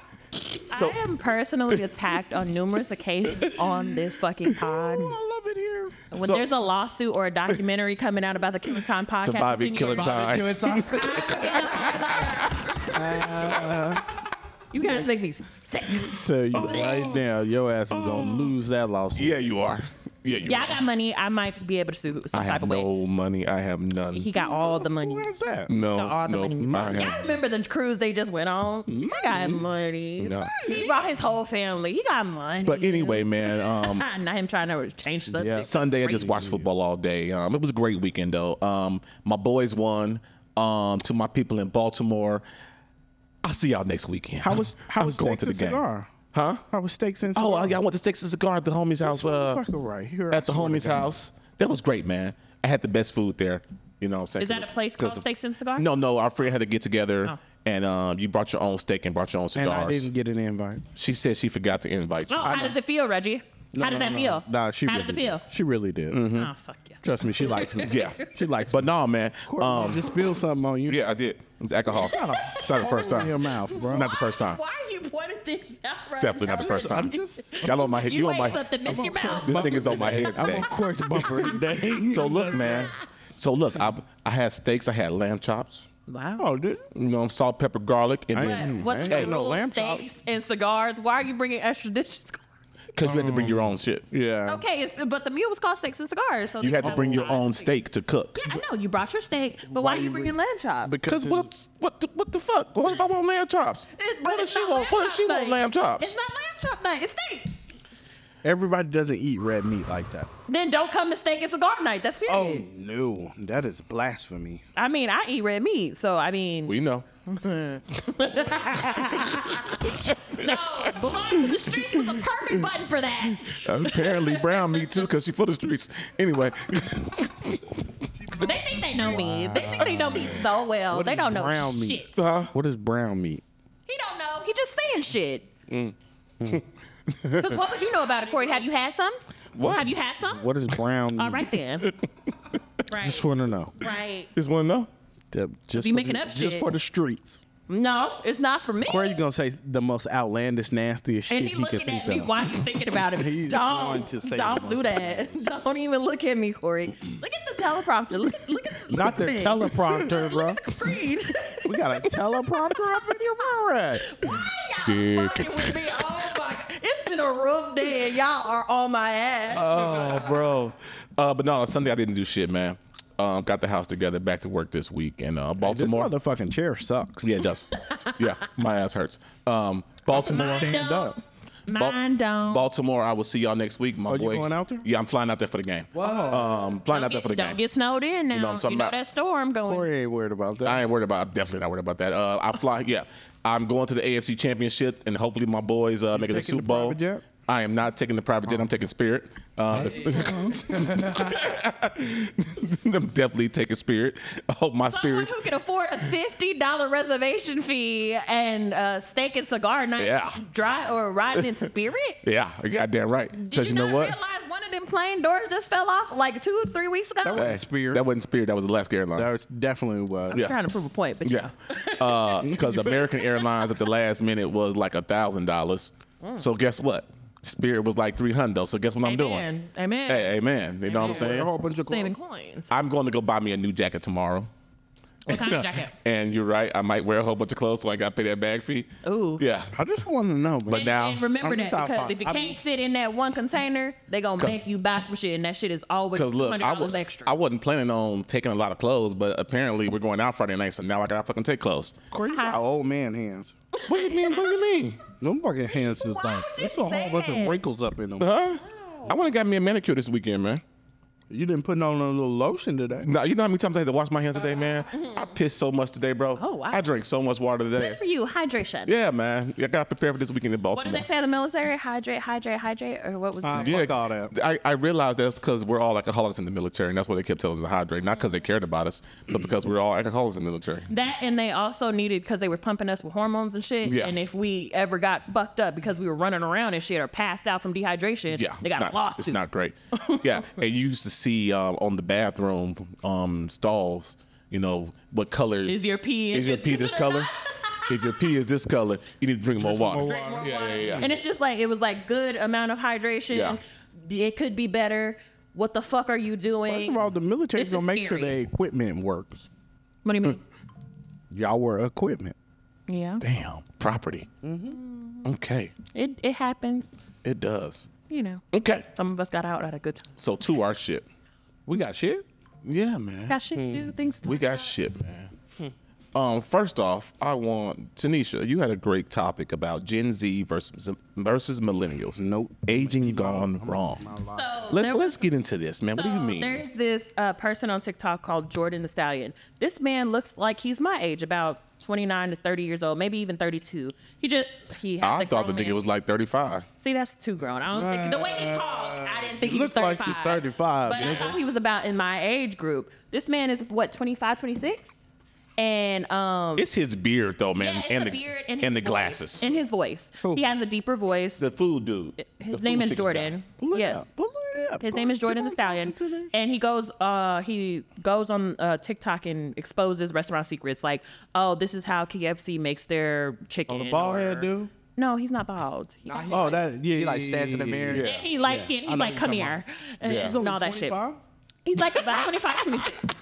[SPEAKER 2] I am personally attacked on numerous occasions on this fucking pod.
[SPEAKER 5] I love it here.
[SPEAKER 2] When
[SPEAKER 4] So-
[SPEAKER 2] there's a lawsuit or a documentary coming out about the Killing Time podcast,
[SPEAKER 4] Surviving
[SPEAKER 2] continuing-
[SPEAKER 4] killing time.
[SPEAKER 2] you guys make me sick.
[SPEAKER 5] Tell you right now, your ass is gonna lose that lawsuit.
[SPEAKER 4] Oh. Yeah, you are. Yeah, you
[SPEAKER 2] Yeah, I
[SPEAKER 4] are.
[SPEAKER 2] got money. I might be able to sue some
[SPEAKER 4] I
[SPEAKER 2] type
[SPEAKER 4] have
[SPEAKER 2] of way.
[SPEAKER 4] no money. I have none.
[SPEAKER 2] He got all the money.
[SPEAKER 5] What is that?
[SPEAKER 4] no,
[SPEAKER 2] Got all the
[SPEAKER 4] no,
[SPEAKER 2] money.
[SPEAKER 4] I
[SPEAKER 2] Y'all
[SPEAKER 4] have
[SPEAKER 2] remember the cruise they just went on? He got money.
[SPEAKER 4] no.
[SPEAKER 2] He brought his whole family. He got money.
[SPEAKER 4] But anyway, man. Um,
[SPEAKER 2] not him trying to change the
[SPEAKER 5] Yeah.
[SPEAKER 4] Sunday, I just watched football all day. Um, it was a great weekend though. Um, my boys won. Um, to my people in Baltimore, I'll see y'all next weekend.
[SPEAKER 5] How was how
[SPEAKER 4] I'm
[SPEAKER 5] was
[SPEAKER 4] going to the
[SPEAKER 5] Steaks and
[SPEAKER 4] game?
[SPEAKER 5] Cigar?
[SPEAKER 4] Huh?
[SPEAKER 5] How was steaks and
[SPEAKER 4] Oh, I,
[SPEAKER 5] cigar?
[SPEAKER 4] I went to Steaks and Cigar at the homie's house. Uh,
[SPEAKER 5] Fucking right here. I
[SPEAKER 4] at the
[SPEAKER 5] swear to
[SPEAKER 4] homie's
[SPEAKER 5] God.
[SPEAKER 4] house. That was great, man. I had the best food there. You know what I'm saying?
[SPEAKER 2] Is that
[SPEAKER 4] 'Cause-
[SPEAKER 2] a place
[SPEAKER 4] 'cause
[SPEAKER 2] called
[SPEAKER 4] of-
[SPEAKER 2] Steaks and Cigar?
[SPEAKER 4] No, no. Our friend had to get together,
[SPEAKER 2] Oh.
[SPEAKER 4] and um, you brought your own steak and brought your own
[SPEAKER 5] And I
[SPEAKER 4] cigars.
[SPEAKER 5] didn't get an invite.
[SPEAKER 4] She said she forgot to invite you.
[SPEAKER 2] Oh, how does it feel, Reggie? how does that feel?
[SPEAKER 5] Nah, she
[SPEAKER 2] how
[SPEAKER 5] really
[SPEAKER 2] does it feel?
[SPEAKER 5] Did. She really did.
[SPEAKER 4] Hmm?
[SPEAKER 2] Oh, fuck yeah.
[SPEAKER 5] Trust me, she likes me.
[SPEAKER 4] Mm-hmm. Yeah.
[SPEAKER 5] She likes
[SPEAKER 4] But
[SPEAKER 5] me.
[SPEAKER 4] no, man.
[SPEAKER 5] Courtney,
[SPEAKER 4] Um,
[SPEAKER 5] just spill something on you.
[SPEAKER 4] yeah, I did. It's alcohol. It's not the first
[SPEAKER 5] In your
[SPEAKER 4] time.
[SPEAKER 5] mouth, bro.
[SPEAKER 4] It's not the first time.
[SPEAKER 3] Why are you pointing things out right
[SPEAKER 4] Definitely not the
[SPEAKER 3] now?
[SPEAKER 4] first time.
[SPEAKER 5] I'm just
[SPEAKER 4] Y'all on my head.
[SPEAKER 3] You,
[SPEAKER 4] You on
[SPEAKER 3] ain't
[SPEAKER 4] my.
[SPEAKER 3] something miss your mouth.
[SPEAKER 4] This thing is on my head
[SPEAKER 5] I'm
[SPEAKER 4] today.
[SPEAKER 5] on Corey's bumper today.
[SPEAKER 4] So look, man. So look, I I had steaks. I had lamb chops.
[SPEAKER 2] Wow.
[SPEAKER 5] Oh, dude.
[SPEAKER 4] You know, salt, pepper, garlic, and
[SPEAKER 5] I
[SPEAKER 4] then
[SPEAKER 5] ain't-
[SPEAKER 2] What's
[SPEAKER 5] I
[SPEAKER 2] your
[SPEAKER 5] ain't no
[SPEAKER 2] rules,
[SPEAKER 5] lamb chop.
[SPEAKER 2] steaks and cigars? Why are you bringing extra dishes?
[SPEAKER 4] because you had to bring your own shit.
[SPEAKER 5] Yeah.
[SPEAKER 2] Okay, it's, but the meal was called steaks and cigars. So
[SPEAKER 4] You
[SPEAKER 2] they-
[SPEAKER 4] had to bring your own steak to cook.
[SPEAKER 2] I know you brought your steak, but why, are you bringing lamb chop?
[SPEAKER 4] Because what, what, the, what the fuck? What if I want lamb chops?
[SPEAKER 2] It- but
[SPEAKER 4] what if
[SPEAKER 2] it's
[SPEAKER 4] she
[SPEAKER 2] not
[SPEAKER 4] want? What if
[SPEAKER 2] chop
[SPEAKER 4] she want
[SPEAKER 2] night.
[SPEAKER 4] lamb chops?
[SPEAKER 2] It's not lamb chop night. It's steak.
[SPEAKER 5] Everybody doesn't eat red meat like that.
[SPEAKER 2] Then don't come to steak and cigar night. That's
[SPEAKER 4] Oh.
[SPEAKER 2] period.
[SPEAKER 5] no, that is blasphemy.
[SPEAKER 2] I mean, I eat red meat, so I mean,
[SPEAKER 4] We know.
[SPEAKER 3] No, belong to the streets was a perfect button for that.
[SPEAKER 4] Apparently brown meat too, because she for the streets. Anyway,
[SPEAKER 3] But they think they know me. They think they know me so well. They don't know
[SPEAKER 5] brown
[SPEAKER 3] shit.
[SPEAKER 5] meat?
[SPEAKER 4] uh,
[SPEAKER 5] What is brown meat?
[SPEAKER 3] He don't know. He just
[SPEAKER 2] saying shit.
[SPEAKER 5] Mm.
[SPEAKER 2] Because what would you know about it, Corey? Have you had some?
[SPEAKER 4] What?
[SPEAKER 2] Have you had some?
[SPEAKER 5] What is brown?
[SPEAKER 2] All right then. right.
[SPEAKER 5] Just want to know.
[SPEAKER 2] Right.
[SPEAKER 4] Just want to know.
[SPEAKER 5] That- Just
[SPEAKER 2] Be
[SPEAKER 5] for
[SPEAKER 2] making
[SPEAKER 5] the-
[SPEAKER 2] up
[SPEAKER 5] just
[SPEAKER 2] shit.
[SPEAKER 5] for the streets.
[SPEAKER 2] No, it's not for me.
[SPEAKER 5] Corey, you gonna say the most outlandish, nastiest shit
[SPEAKER 2] and he
[SPEAKER 5] he could
[SPEAKER 2] looking
[SPEAKER 5] think
[SPEAKER 2] at me.
[SPEAKER 5] of?
[SPEAKER 2] Why you thinking about
[SPEAKER 5] He's
[SPEAKER 2] it?
[SPEAKER 5] going to
[SPEAKER 2] Don't,
[SPEAKER 5] say the
[SPEAKER 2] don't do
[SPEAKER 5] most-
[SPEAKER 2] that. Don't even look at me, Corey. Look at the teleprompter. Look, look at look
[SPEAKER 5] Not
[SPEAKER 2] at
[SPEAKER 5] their
[SPEAKER 2] thing.
[SPEAKER 5] teleprompter, bro.
[SPEAKER 2] Screen.
[SPEAKER 5] We got a teleprompter up in here. Where we're at?
[SPEAKER 2] y'all fucking with me. Oh my god, it's been a rough day, and y'all are on my ass.
[SPEAKER 4] Oh, bro. Uh, but no, Sunday I didn't do shit, man. Um, got the house together, back to work this week, and uh,
[SPEAKER 5] This
[SPEAKER 4] Baltimore.
[SPEAKER 5] motherfucking chair sucks.
[SPEAKER 4] yeah, it does. yeah, my ass hurts. Um, Baltimore.
[SPEAKER 2] Stand up.
[SPEAKER 4] Bal-
[SPEAKER 2] Mine don't.
[SPEAKER 4] Baltimore. I will see y'all next week, my
[SPEAKER 5] Oh, you
[SPEAKER 4] boy.
[SPEAKER 5] going out there?
[SPEAKER 4] Yeah, I'm flying out there for the game. Wow. Um, flying out there for the
[SPEAKER 2] don't
[SPEAKER 4] game.
[SPEAKER 2] get snowed in now. You
[SPEAKER 4] know
[SPEAKER 2] know,
[SPEAKER 4] what I'm talking about.
[SPEAKER 2] that storm going.
[SPEAKER 5] Corey ain't worried about that.
[SPEAKER 4] I ain't worried about. I'm definitely not worried about that. Uh, I fly. Yeah, I'm going to the AFC Championship, and hopefully my boys uh, make it to the
[SPEAKER 5] taking
[SPEAKER 4] Super
[SPEAKER 5] the
[SPEAKER 4] Bowl.
[SPEAKER 5] private jet? Oh.
[SPEAKER 4] I am not taking the private jet. I'm taking Spirit. Uh, I'm definitely taking Spirit. I hope my
[SPEAKER 2] Someone
[SPEAKER 4] Spirit.
[SPEAKER 2] who can afford a fifty dollar reservation fee and uh, steak and cigar night,
[SPEAKER 4] Yeah.
[SPEAKER 2] dry or riding in spirit.
[SPEAKER 4] Yeah, you goddamn right.
[SPEAKER 2] Did
[SPEAKER 4] Because
[SPEAKER 2] you,
[SPEAKER 4] you, know
[SPEAKER 2] not
[SPEAKER 4] what?
[SPEAKER 2] realize one of them plane doors just fell off like two, three weeks ago?
[SPEAKER 5] That wasn't Spirit.
[SPEAKER 4] That wasn't Spirit. That was Alaska Airlines.
[SPEAKER 5] That was definitely was.
[SPEAKER 4] Yeah.
[SPEAKER 9] Trying to prove a point, but
[SPEAKER 4] Yeah, because American Airlines at the last minute was like a thousand dollars.
[SPEAKER 2] Mm.
[SPEAKER 4] So guess what? Spirit was like three hundo. So guess what I'm doing?
[SPEAKER 9] Amen. Amen.
[SPEAKER 4] Hey, amen. You know what I'm
[SPEAKER 5] A whole
[SPEAKER 4] saying?
[SPEAKER 5] bunch of
[SPEAKER 9] Saving
[SPEAKER 5] clothes.
[SPEAKER 9] coins.
[SPEAKER 4] I'm going to go buy me a new jacket tomorrow.
[SPEAKER 2] What kind of jacket?
[SPEAKER 4] And you're right, I might wear a whole bunch of clothes, so I got to pay that bag fee.
[SPEAKER 9] Ooh.
[SPEAKER 4] Yeah.
[SPEAKER 5] I just want to know,
[SPEAKER 4] But
[SPEAKER 5] man.
[SPEAKER 4] now,
[SPEAKER 2] And remember
[SPEAKER 4] I'm
[SPEAKER 2] that
[SPEAKER 4] just out
[SPEAKER 2] because
[SPEAKER 4] fine.
[SPEAKER 2] if it
[SPEAKER 4] I'm-
[SPEAKER 2] can't fit in that one container, they gonna make you buy some shit, and that shit is always
[SPEAKER 4] Cause look,
[SPEAKER 2] hundred
[SPEAKER 4] I,
[SPEAKER 2] dollars
[SPEAKER 4] w-
[SPEAKER 2] extra.
[SPEAKER 4] I wasn't planning on taking a lot of clothes, but apparently we're going out Friday night, so now I gotta fucking take clothes.
[SPEAKER 5] Corey you
[SPEAKER 2] Uh-huh.
[SPEAKER 5] got old man hands. What do you mean? What do you mean? Them fucking hands just
[SPEAKER 2] Why
[SPEAKER 5] like
[SPEAKER 2] would
[SPEAKER 5] it's
[SPEAKER 2] you
[SPEAKER 5] a whole
[SPEAKER 2] say
[SPEAKER 5] bunch of
[SPEAKER 2] that?
[SPEAKER 5] wrinkles up in them.
[SPEAKER 4] Huh? I went and got me a manicure this weekend, man.
[SPEAKER 5] You didn't put on a little lotion today.
[SPEAKER 4] No, you know how many times I had to wash my hands today, man?
[SPEAKER 2] Mm-hmm.
[SPEAKER 4] I pissed so much today, bro.
[SPEAKER 9] Oh, wow.
[SPEAKER 4] I drank so much water today.
[SPEAKER 2] Good for you, hydration.
[SPEAKER 4] Yeah, man. I got prepared for this weekend in
[SPEAKER 2] What do
[SPEAKER 4] Baltimore.
[SPEAKER 2] they say in the military? Hydrate, hydrate, hydrate, or what was?
[SPEAKER 5] Ah,
[SPEAKER 2] it?
[SPEAKER 4] Uh, Yeah,
[SPEAKER 5] fuck all that.
[SPEAKER 4] I, I realized that's because we're all alcoholics in the military, and that's why they kept telling us to hydrate. Not because they cared about us, but because we're all alcoholics in the military.
[SPEAKER 2] That and they also needed because they were pumping us with hormones and shit.
[SPEAKER 4] Yeah.
[SPEAKER 2] And if we ever got fucked up because we were running around and shit or passed out from dehydration,
[SPEAKER 4] Yeah,
[SPEAKER 2] they got
[SPEAKER 4] it's not,
[SPEAKER 2] a lawsuit.
[SPEAKER 4] It's not great. yeah, and you used to see um, on the bathroom um, stalls, you know, what color
[SPEAKER 9] Is your pee?
[SPEAKER 4] is your pee this color? if your pee is this color, you need to drink more water. yeah, yeah, yeah.
[SPEAKER 2] And it's just like it was like good amount of hydration.
[SPEAKER 4] Yeah.
[SPEAKER 2] It could be better. What the fuck are you doing?
[SPEAKER 5] First of all, the military's
[SPEAKER 2] This
[SPEAKER 5] gonna
[SPEAKER 2] is
[SPEAKER 5] make sure
[SPEAKER 2] scary.
[SPEAKER 5] their equipment works.
[SPEAKER 9] What do you mean?
[SPEAKER 5] Y'all wear equipment.
[SPEAKER 9] Yeah.
[SPEAKER 4] Mm. Damn, property. Okay,
[SPEAKER 9] It it happens.
[SPEAKER 4] it does.
[SPEAKER 9] You know.
[SPEAKER 4] Okay,
[SPEAKER 9] Some of us got out at a good time.
[SPEAKER 4] so to our shit.
[SPEAKER 5] We got shit.
[SPEAKER 4] Yeah, man.
[SPEAKER 9] Got shit to do. Things. To
[SPEAKER 4] Hmm. We got shit, man. Um, first off, I want Tanisha. You had a great topic about Gen Z versus versus millennials.
[SPEAKER 5] Nope.
[SPEAKER 4] aging gone wrong. Let's let's get into this, man. what do you
[SPEAKER 2] So
[SPEAKER 4] mean?
[SPEAKER 2] There's this uh, person on TikTok called Jordan the Stallion. This man looks like he's my age, about 29 to 30 years old, maybe even 32. He just he has
[SPEAKER 4] I
[SPEAKER 2] the
[SPEAKER 4] thought the
[SPEAKER 2] grown
[SPEAKER 4] nigga
[SPEAKER 2] man-
[SPEAKER 4] was like 35.
[SPEAKER 2] See, that's too grown. I don't think the way he talked, I didn't think
[SPEAKER 5] You
[SPEAKER 2] he was
[SPEAKER 5] look like
[SPEAKER 2] 35.
[SPEAKER 5] you're 35,
[SPEAKER 2] But
[SPEAKER 5] nigga.
[SPEAKER 2] I thought he was about in my age group. This man is what 25, 26, and um.
[SPEAKER 4] It's his beard though, man,
[SPEAKER 2] yeah, it's
[SPEAKER 4] and
[SPEAKER 2] the
[SPEAKER 4] the
[SPEAKER 2] beard
[SPEAKER 4] and,
[SPEAKER 2] his
[SPEAKER 4] the
[SPEAKER 2] voice.
[SPEAKER 4] glasses.
[SPEAKER 2] and his voice.
[SPEAKER 5] Who?
[SPEAKER 2] He has a deeper voice.
[SPEAKER 4] the food dude.
[SPEAKER 2] His
[SPEAKER 4] The
[SPEAKER 2] name
[SPEAKER 4] food
[SPEAKER 2] is
[SPEAKER 4] sticks
[SPEAKER 2] Jordan.
[SPEAKER 5] Pull it
[SPEAKER 2] yeah.
[SPEAKER 5] up. Pull it up.
[SPEAKER 2] His name is Jordan the Stallion, and he goes uh he goes on uh, TikTok and exposes restaurant secrets like, oh, this is how KFC makes their chicken.
[SPEAKER 5] The bald head
[SPEAKER 2] or-
[SPEAKER 5] dude.
[SPEAKER 2] No, he's not bald. He,
[SPEAKER 5] Oh, that yeah.
[SPEAKER 1] He like stands in the mirror.
[SPEAKER 5] Yeah.
[SPEAKER 2] he likes it. He's like, come here, and, and all that shit. He's like about 25, 26.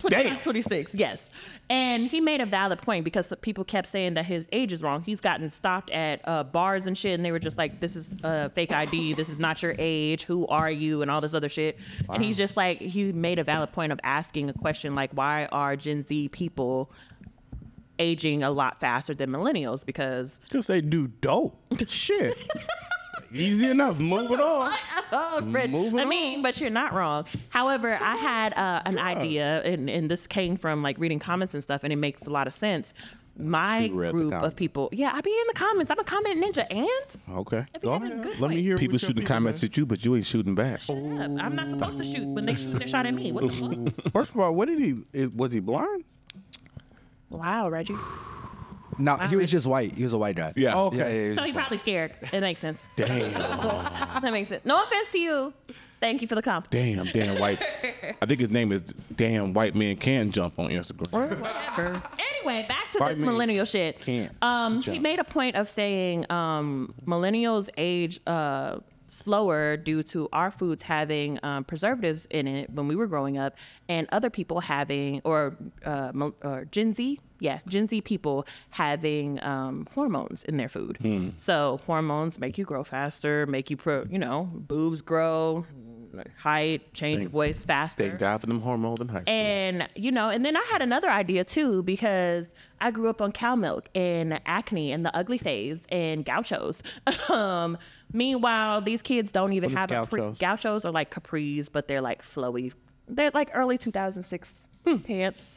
[SPEAKER 2] 25, 26, yes. And he made a valid point because the people kept saying that his age is wrong. He's gotten stopped at uh, bars and shit, and they were just like, this is uh, fake ID. This is not your age. Who are you? And all this other shit. And he's just like, he made a valid point of asking a question like, why are Gen Z people aging a lot faster than millennials? Because
[SPEAKER 5] Just they do dope. Shit. Easy enough. Move it on.
[SPEAKER 2] Oh, Fred. I mean, but you're not wrong. However, I had uh, an idea, and, and this came from like reading comments and stuff, and it makes a lot of sense. My
[SPEAKER 5] She read the
[SPEAKER 2] group
[SPEAKER 5] comments.
[SPEAKER 2] of people, yeah, I be in the comments. I'm a comment ninja, and
[SPEAKER 5] Okay.
[SPEAKER 2] be
[SPEAKER 5] Go
[SPEAKER 2] having a
[SPEAKER 5] ahead.
[SPEAKER 2] good
[SPEAKER 5] Let me
[SPEAKER 2] point.
[SPEAKER 5] hear
[SPEAKER 4] People
[SPEAKER 5] what your
[SPEAKER 4] shooting comments
[SPEAKER 5] say.
[SPEAKER 4] at you, but you ain't shooting back.
[SPEAKER 2] Shut up. I'm not supposed to shoot when they shoot. They're shot at me. What the fuck?
[SPEAKER 5] First of all, what did he? It, was he blind?
[SPEAKER 9] Wow, Reggie.
[SPEAKER 1] No, he was just white. He was a white guy.
[SPEAKER 5] Yeah.
[SPEAKER 6] Oh,
[SPEAKER 5] Okay.
[SPEAKER 1] Yeah, yeah, he was
[SPEAKER 2] So
[SPEAKER 1] just
[SPEAKER 2] he
[SPEAKER 1] white.
[SPEAKER 2] probably scared. It makes sense. Damn. that makes sense. No offense to you. Thank you for the compliment.
[SPEAKER 4] Damn, damn white. I think his name is Damn White Man Can Jump on Instagram.
[SPEAKER 2] Anyway, back to
[SPEAKER 5] By
[SPEAKER 2] this
[SPEAKER 5] me.
[SPEAKER 2] millennial shit.
[SPEAKER 5] Can't
[SPEAKER 2] Um, he
[SPEAKER 5] jump.
[SPEAKER 2] made a point of saying um, millennials age uh, slower due to our foods having um, preservatives in it when we were growing up, and other people having or, uh, mil- or Gen Z, yeah, Gen Z people having um, hormones in their food. So hormones make you grow faster, make you pro, you know, boobs grow, height, change your voice faster.
[SPEAKER 4] Thank God for them hormones in high school.
[SPEAKER 2] And you know, and then I had another idea too because I grew up on cow milk and acne and the ugly phase and gauchos. um, meanwhile, these kids don't even
[SPEAKER 5] What is
[SPEAKER 2] have a pre-
[SPEAKER 5] gauchos?
[SPEAKER 2] gauchos are like capris, but they're like flowy. They're like early 2006
[SPEAKER 5] Hmm.
[SPEAKER 2] pants.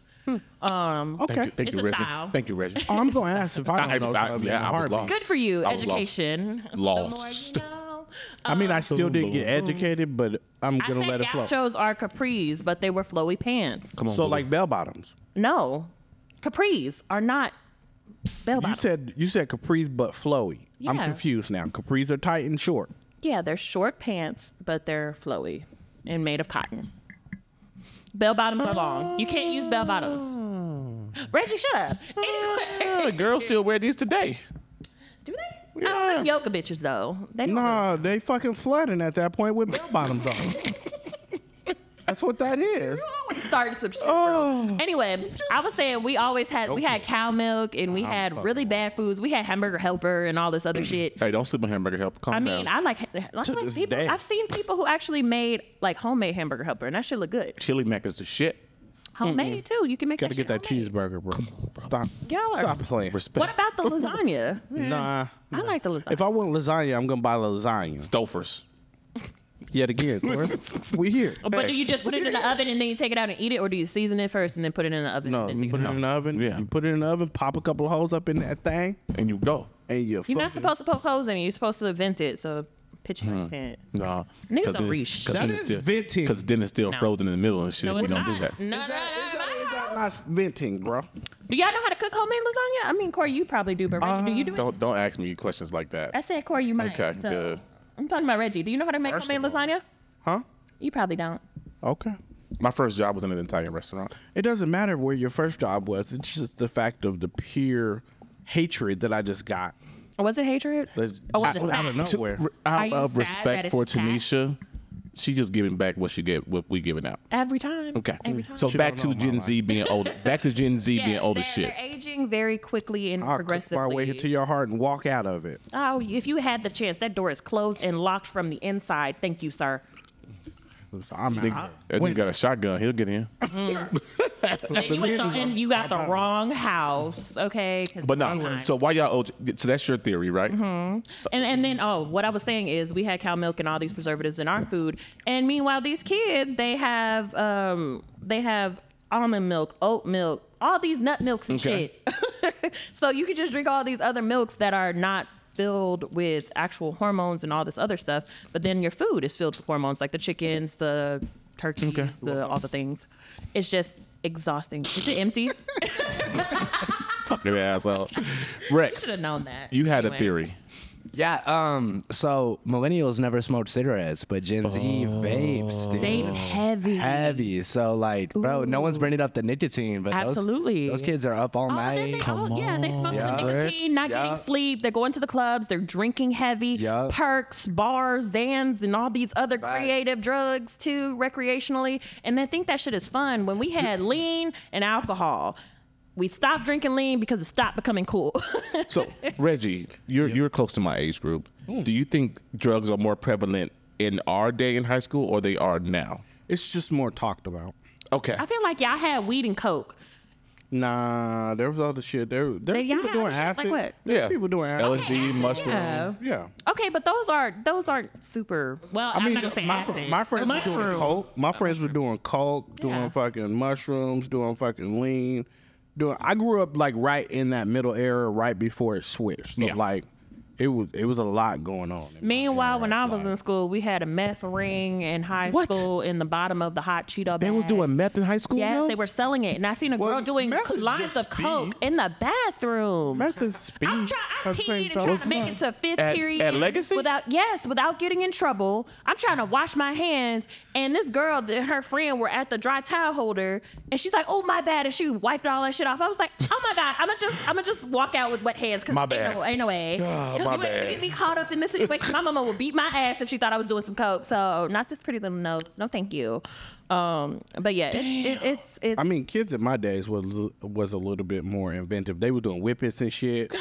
[SPEAKER 2] Um,
[SPEAKER 4] Thank you, thank
[SPEAKER 2] It's
[SPEAKER 4] you,
[SPEAKER 2] a
[SPEAKER 4] Reggie.
[SPEAKER 2] style.
[SPEAKER 4] Thank you, Reggie.
[SPEAKER 5] Oh, I'm gonna ask if I
[SPEAKER 4] I-
[SPEAKER 5] don't know. if
[SPEAKER 4] I-
[SPEAKER 5] I'd be
[SPEAKER 4] yeah,
[SPEAKER 5] in a
[SPEAKER 4] I was
[SPEAKER 5] heartbeat.
[SPEAKER 4] lost.
[SPEAKER 2] good for you,
[SPEAKER 4] I was lost.
[SPEAKER 2] education.
[SPEAKER 4] Lost.
[SPEAKER 2] The more you know.
[SPEAKER 5] I mean, I still did get educated, but I'm
[SPEAKER 2] I
[SPEAKER 5] gonna
[SPEAKER 2] said
[SPEAKER 5] let it flow.
[SPEAKER 2] gauchos are capris, but they were flowy pants.
[SPEAKER 4] Come on.
[SPEAKER 5] So
[SPEAKER 4] Google.
[SPEAKER 5] like bell bottoms.
[SPEAKER 2] No, capris are not bell
[SPEAKER 5] You
[SPEAKER 2] bottoms.
[SPEAKER 5] said you said capris but flowy. I'm
[SPEAKER 2] Yeah.
[SPEAKER 5] confused now. Capris are tight and short.
[SPEAKER 2] Yeah, they're short pants, but they're flowy and made of cotton. Bell bottoms are long. You can't use bell bottoms.
[SPEAKER 5] Oh.
[SPEAKER 2] Reggie, shut up. Anyway,
[SPEAKER 5] The girls still wear these today.
[SPEAKER 2] do they? I don't like yoga bitches though. They don't.
[SPEAKER 5] Nah, they fucking flooding at that point with bell bottoms on. That's what that is.
[SPEAKER 2] Starting some shit.
[SPEAKER 5] Oh.
[SPEAKER 2] Anyway, I was saying we always had we had cow milk and we had really bad foods. We had hamburger helper and all this
[SPEAKER 5] Mm-hmm.
[SPEAKER 2] other shit.
[SPEAKER 4] hey, don't sleep on hamburger help. Calm
[SPEAKER 2] I mean,
[SPEAKER 4] down.
[SPEAKER 2] I like, I like
[SPEAKER 5] this
[SPEAKER 2] people,
[SPEAKER 5] day.
[SPEAKER 2] I've seen people who actually made like homemade hamburger helper, and that should look good.
[SPEAKER 4] Chili Mac is the shit.
[SPEAKER 2] Homemade too. You can make.
[SPEAKER 5] Gotta
[SPEAKER 2] that shit
[SPEAKER 5] get that
[SPEAKER 2] homemade.
[SPEAKER 5] cheeseburger, bro. Stop.
[SPEAKER 2] Y'all are-
[SPEAKER 5] Stop playing.
[SPEAKER 4] Respect.
[SPEAKER 2] What about the lasagna?
[SPEAKER 5] Nah.
[SPEAKER 2] I like the lasagna.
[SPEAKER 5] If I want lasagna, I'm gonna buy lasagna.
[SPEAKER 4] Stofers.
[SPEAKER 5] Yet again, we here.
[SPEAKER 2] But do you just put it in the oven and then you take it out and eat it, or do you season it first and then put it in the oven?
[SPEAKER 5] No,
[SPEAKER 2] and then
[SPEAKER 5] you
[SPEAKER 2] take
[SPEAKER 5] put
[SPEAKER 2] it
[SPEAKER 5] it
[SPEAKER 2] out?
[SPEAKER 5] in the oven.
[SPEAKER 4] Yeah.
[SPEAKER 5] You put it in the oven. Pop a couple of holes up in that thing,
[SPEAKER 4] And you go.
[SPEAKER 5] and you.
[SPEAKER 2] You're not supposed to poke holes in it. You're supposed to vent it. So pitch it
[SPEAKER 4] Hmm.
[SPEAKER 2] like that.
[SPEAKER 4] Nah.
[SPEAKER 2] Niggas don't
[SPEAKER 4] then
[SPEAKER 2] read
[SPEAKER 4] it's-
[SPEAKER 2] shit.
[SPEAKER 4] 'cause
[SPEAKER 5] That
[SPEAKER 4] then
[SPEAKER 5] is
[SPEAKER 4] it's still-
[SPEAKER 5] venting.
[SPEAKER 4] Cause then it's still frozen in the middle and shit.
[SPEAKER 2] No,
[SPEAKER 4] we
[SPEAKER 2] it's
[SPEAKER 4] don't
[SPEAKER 2] not.
[SPEAKER 4] do that.
[SPEAKER 2] No, no, no, no.
[SPEAKER 5] Not venting, bro.
[SPEAKER 2] Do y'all know how to cook homemade lasagna? I mean, Corey, you probably do, but Reggie, do you do it?
[SPEAKER 4] Don't don't ask me questions like
[SPEAKER 2] I
[SPEAKER 4] that.
[SPEAKER 2] said Corey, you might.
[SPEAKER 4] Uh, Okay, good.
[SPEAKER 2] I'm talking about Reggie. Do you know how to make
[SPEAKER 4] First
[SPEAKER 2] homemade
[SPEAKER 4] of all-
[SPEAKER 2] lasagna?
[SPEAKER 5] Huh?
[SPEAKER 2] You probably don't.
[SPEAKER 5] Okay.
[SPEAKER 4] My first job was in an Italian restaurant.
[SPEAKER 5] It doesn't matter where your first job was. It's just the fact of the pure hatred that I just got.
[SPEAKER 2] Was it hatred?
[SPEAKER 5] That's-
[SPEAKER 2] Or was
[SPEAKER 5] I-
[SPEAKER 2] it
[SPEAKER 5] I don't
[SPEAKER 2] fact?
[SPEAKER 5] know.
[SPEAKER 4] To-
[SPEAKER 5] Nowhere.
[SPEAKER 4] re-
[SPEAKER 2] Oh, Are
[SPEAKER 4] out
[SPEAKER 2] you
[SPEAKER 4] of
[SPEAKER 2] sad that
[SPEAKER 4] respect
[SPEAKER 2] it's
[SPEAKER 4] for
[SPEAKER 2] tax?
[SPEAKER 4] Tanisha, she just giving back what she get what we giving out.
[SPEAKER 2] Every time.
[SPEAKER 4] Okay.
[SPEAKER 2] Every time.
[SPEAKER 4] So back
[SPEAKER 5] don't
[SPEAKER 4] to
[SPEAKER 5] know my
[SPEAKER 4] Gen Z being older. Back to Gen Z
[SPEAKER 2] Yes,
[SPEAKER 4] being older
[SPEAKER 2] they're,
[SPEAKER 4] shit.
[SPEAKER 2] They're aging very quickly and
[SPEAKER 5] I'll cook
[SPEAKER 2] progressively.
[SPEAKER 5] my way to your heart and walk out of it.
[SPEAKER 2] Oh, if you had the chance, that door is closed and locked from the inside. Thank you, sir.
[SPEAKER 5] I'm out.
[SPEAKER 4] That nigga got a shotgun. He'll get in.
[SPEAKER 2] And you, was the- and you got the wrong house, okay? 'Cause-
[SPEAKER 4] But no. So why y'all old? So that's your theory, right?
[SPEAKER 5] Mm-hmm.
[SPEAKER 2] and and
[SPEAKER 4] Mm-hmm.
[SPEAKER 2] then oh, what I was saying is we had cow milk and all these preservatives in our food, and meanwhile these kids they have um they have almond milk, oat milk, all these nut milks and
[SPEAKER 4] Okay.
[SPEAKER 2] shit. so you can just drink all these other milks that are not filled with actual hormones and all this other stuff, but then your food is filled with hormones like the chickens, the turkeys, the, all the things. It's just exhausting. Is it empty?
[SPEAKER 4] Fuck your ass out.
[SPEAKER 2] Should
[SPEAKER 4] Rex,
[SPEAKER 2] have known that.
[SPEAKER 4] you had
[SPEAKER 2] Anyway.
[SPEAKER 4] a theory.
[SPEAKER 1] Yeah, um, so millennials never smoked cigarettes, but Gen Z
[SPEAKER 6] Oh.
[SPEAKER 1] vapes, dude.
[SPEAKER 4] Oh.
[SPEAKER 2] Vape's heavy.
[SPEAKER 1] Heavy. So like, bro, no one's bringing up the nicotine, but those-
[SPEAKER 2] Absolutely.
[SPEAKER 1] those, kids are up all
[SPEAKER 2] Oh, then
[SPEAKER 1] night.
[SPEAKER 2] they, oh, yeah, they smoking
[SPEAKER 1] Yeah.
[SPEAKER 2] the nicotine, not
[SPEAKER 1] Yeah.
[SPEAKER 2] getting sleep. They're going to the clubs. They're drinking heavy
[SPEAKER 1] Yeah.
[SPEAKER 2] perks, bars, Zans, and all these other
[SPEAKER 1] Facts.
[SPEAKER 2] creative drugs too, recreationally. And they think that shit is fun. When we had lean and alcohol, we stopped drinking lean because it stopped becoming cool.
[SPEAKER 4] So Reggie, you're you're close to my age group. Do you think drugs are more prevalent in our day in high school, or they are now?
[SPEAKER 5] It's just more talked about.
[SPEAKER 4] Okay.
[SPEAKER 2] I feel like y'all had weed and coke.
[SPEAKER 5] Nah, there was all the shit. There, there's people
[SPEAKER 2] y'all had other
[SPEAKER 5] doing
[SPEAKER 2] shit, like
[SPEAKER 5] acid.
[SPEAKER 2] what?
[SPEAKER 5] There's
[SPEAKER 4] Yeah.
[SPEAKER 5] people doing acid.
[SPEAKER 4] LSD, mushroom.
[SPEAKER 2] Yeah.
[SPEAKER 5] Yeah.
[SPEAKER 2] Okay, but those are those aren't super. Well, I am not gonna say
[SPEAKER 5] my,
[SPEAKER 2] acid.
[SPEAKER 5] my friends were doing
[SPEAKER 2] Mushrooms.
[SPEAKER 5] coke. My friends were doing coke,
[SPEAKER 2] Yeah.
[SPEAKER 5] doing fucking mushrooms, doing fucking lean. Doing. I grew up like right in that middle era, right before it switched. So
[SPEAKER 4] Yeah.
[SPEAKER 5] like, It was it was a lot going on. in my
[SPEAKER 2] Meanwhile, when I
[SPEAKER 5] internet
[SPEAKER 2] was
[SPEAKER 5] life.
[SPEAKER 2] in school, we had a meth ring in high
[SPEAKER 1] What?
[SPEAKER 2] school in the bottom of the hot Cheeto.
[SPEAKER 4] They was
[SPEAKER 2] bag.
[SPEAKER 4] doing meth in high school.
[SPEAKER 2] Yes,
[SPEAKER 4] now?
[SPEAKER 2] they were selling it, and I seen a girl
[SPEAKER 5] Well,
[SPEAKER 2] doing
[SPEAKER 5] meth
[SPEAKER 2] c-
[SPEAKER 5] is
[SPEAKER 2] lines
[SPEAKER 5] just
[SPEAKER 2] of coke
[SPEAKER 5] speed.
[SPEAKER 2] in the bathroom.
[SPEAKER 5] Meth is speed.
[SPEAKER 2] I'm trying. I'm
[SPEAKER 5] That's the thing,
[SPEAKER 2] peeing and trying to
[SPEAKER 5] though.
[SPEAKER 2] make it to fifth
[SPEAKER 7] At-
[SPEAKER 2] period.
[SPEAKER 7] at Legacy?
[SPEAKER 2] Without yes, without getting in trouble. I'm trying to wash my hands, and this girl and her friend were at the dry towel holder, and she's like, "Oh my bad," and she wiped all that shit off. I was like, "Oh my god, I'm gonna just I'm gonna just walk out with wet hands." 'cause
[SPEAKER 7] My
[SPEAKER 2] ain't
[SPEAKER 7] bad.
[SPEAKER 2] no- Ain't no way.
[SPEAKER 7] Ah,
[SPEAKER 2] 'Cause
[SPEAKER 7] my
[SPEAKER 2] you wouldn't
[SPEAKER 7] bad.
[SPEAKER 2] Get me caught up in this situation. my mama would beat my ass if she thought I was doing some coke. So not this pretty little nose. No, thank you. Um, but yeah, it, it, it's it's.
[SPEAKER 5] I mean, kids in my days was was a little bit more inventive. They were doing whippets and shit.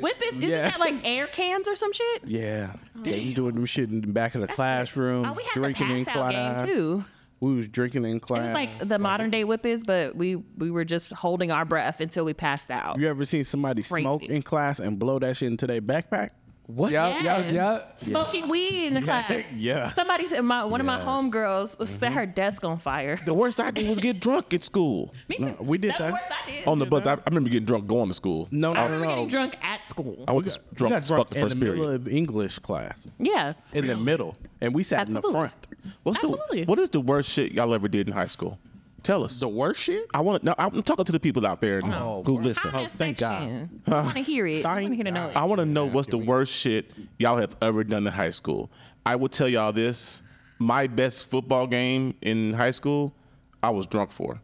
[SPEAKER 2] Whippets, isn't
[SPEAKER 5] Yeah.
[SPEAKER 2] that like air cans or some shit?
[SPEAKER 5] Yeah, they was doing them shit in the back of the classroom,
[SPEAKER 2] Oh, we had
[SPEAKER 5] drinking
[SPEAKER 2] the
[SPEAKER 5] in
[SPEAKER 2] pass out
[SPEAKER 5] class.
[SPEAKER 2] game too.
[SPEAKER 5] We was drinking in
[SPEAKER 2] It
[SPEAKER 5] class.
[SPEAKER 2] was like the modern day whippets, but we we were just holding our breath until we passed out.
[SPEAKER 5] you ever seen somebody smoke
[SPEAKER 2] Crazy.
[SPEAKER 5] in class and blow that shit into their backpack?
[SPEAKER 1] What?
[SPEAKER 6] Yep,
[SPEAKER 2] Yes.
[SPEAKER 6] yep, yep.
[SPEAKER 2] Smoking weed in the class.
[SPEAKER 5] yeah.
[SPEAKER 2] Somebody said my one of my
[SPEAKER 5] Yes. Mm-hmm.
[SPEAKER 2] homegirls was set her desk on fire.
[SPEAKER 4] The worst I did was get drunk at school.
[SPEAKER 2] Me
[SPEAKER 5] No,
[SPEAKER 2] too.
[SPEAKER 5] we did
[SPEAKER 2] That's
[SPEAKER 5] that.
[SPEAKER 2] the worst I did.
[SPEAKER 4] On the bus, I, I remember getting drunk going to school.
[SPEAKER 5] No,
[SPEAKER 2] I
[SPEAKER 5] no, no,
[SPEAKER 2] remember
[SPEAKER 5] no.
[SPEAKER 2] getting drunk at school.
[SPEAKER 5] Oh.
[SPEAKER 4] I went to s- drunk,
[SPEAKER 5] we
[SPEAKER 4] as
[SPEAKER 5] got drunk
[SPEAKER 4] fuck the
[SPEAKER 5] in
[SPEAKER 4] first
[SPEAKER 5] the middle
[SPEAKER 4] period.
[SPEAKER 5] of English class.
[SPEAKER 2] Yeah.
[SPEAKER 5] In the middle, and we sat
[SPEAKER 2] Absolutely.
[SPEAKER 5] in the front.
[SPEAKER 4] What's
[SPEAKER 2] Absolutely.
[SPEAKER 4] the what is the worst shit y'all ever did in high school? Tell us.
[SPEAKER 5] The worst shit.
[SPEAKER 4] I want to. No, I'm talking to the people out there
[SPEAKER 5] Oh,
[SPEAKER 4] who
[SPEAKER 5] wow.
[SPEAKER 4] listen.
[SPEAKER 2] Comment
[SPEAKER 5] thank God.
[SPEAKER 2] section. I want to hear it. I want to hear to know
[SPEAKER 4] I
[SPEAKER 2] it.
[SPEAKER 4] want to know what's the worst shit y'all have ever done in high school. I will tell y'all this: my best football game in high school, I was drunk for.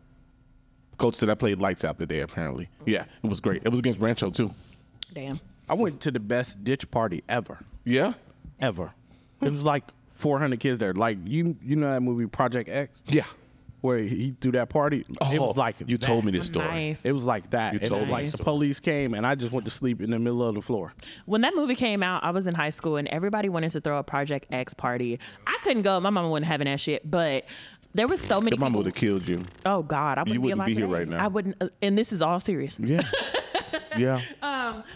[SPEAKER 4] Coach said I played lights out the day. Apparently, yeah, it was great. It was against Rancho too.
[SPEAKER 2] Damn.
[SPEAKER 5] I went to the best ditch party ever,
[SPEAKER 4] Yeah,
[SPEAKER 5] ever. it was like 400 kids there. Like you, you know that movie Project X,
[SPEAKER 4] yeah.
[SPEAKER 5] where he threw that party. it was
[SPEAKER 4] Oh,
[SPEAKER 5] like
[SPEAKER 4] you
[SPEAKER 5] that.
[SPEAKER 4] told me this story.
[SPEAKER 2] Nice.
[SPEAKER 5] It was like that. and
[SPEAKER 4] told
[SPEAKER 5] then,
[SPEAKER 4] me
[SPEAKER 5] like
[SPEAKER 4] this
[SPEAKER 5] the police came, and I just went to sleep in the middle of the floor.
[SPEAKER 2] When that movie came out, I was in high school and everybody wanted to throw a Project X party. I couldn't go. My mama wouldn't have that shit, but there was so many
[SPEAKER 4] Your mama
[SPEAKER 2] people-
[SPEAKER 4] would have killed you.
[SPEAKER 2] Oh God, I wouldn't,
[SPEAKER 4] wouldn't
[SPEAKER 2] alive
[SPEAKER 4] be here
[SPEAKER 2] today.
[SPEAKER 4] right now.
[SPEAKER 2] I wouldn't, uh, and this is all serious.
[SPEAKER 4] Yeah, yeah.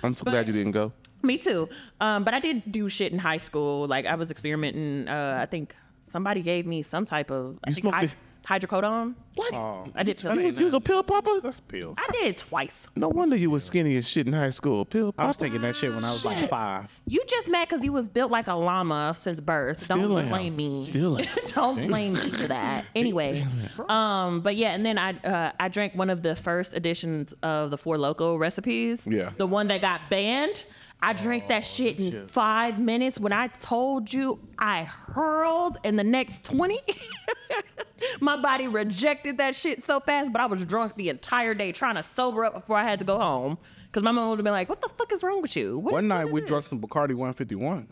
[SPEAKER 4] I'm so glad you didn't go.
[SPEAKER 2] Me too. Um, but I did do shit in high school. Like I was experimenting. Uh, I think somebody gave me some type of I
[SPEAKER 4] You
[SPEAKER 2] think
[SPEAKER 4] smoked
[SPEAKER 2] hy-
[SPEAKER 4] it?
[SPEAKER 2] hydrocodone.
[SPEAKER 4] What?
[SPEAKER 2] I did.
[SPEAKER 4] you, was, you was a pill popper.
[SPEAKER 5] That's pill.
[SPEAKER 2] I did it twice.
[SPEAKER 4] No wonder you was skinny as shit in high school. Pill
[SPEAKER 5] I was
[SPEAKER 4] popper.
[SPEAKER 5] taking that shit when I was like five.
[SPEAKER 2] You just mad because you was built like a llama since birth.
[SPEAKER 4] Still
[SPEAKER 2] Don't
[SPEAKER 4] am.
[SPEAKER 2] blame me.
[SPEAKER 4] Still am.
[SPEAKER 2] Don't blame me for that. Anyway, um, but yeah, and then I uh, I drank one of the first editions of the Four Loco recipes.
[SPEAKER 4] Yeah. Oh,
[SPEAKER 2] The one that got banned. I drank that shit in five minutes. When I told you, I hurled in the next twenty. My body rejected that shit so fast, but I was drunk the entire day trying to sober up before I had to go home. Cause my mom would have been like, "What the fuck is wrong with you?" What
[SPEAKER 5] One
[SPEAKER 2] is-
[SPEAKER 5] night
[SPEAKER 2] what
[SPEAKER 5] we
[SPEAKER 2] is
[SPEAKER 5] drunk some Bacardi 151.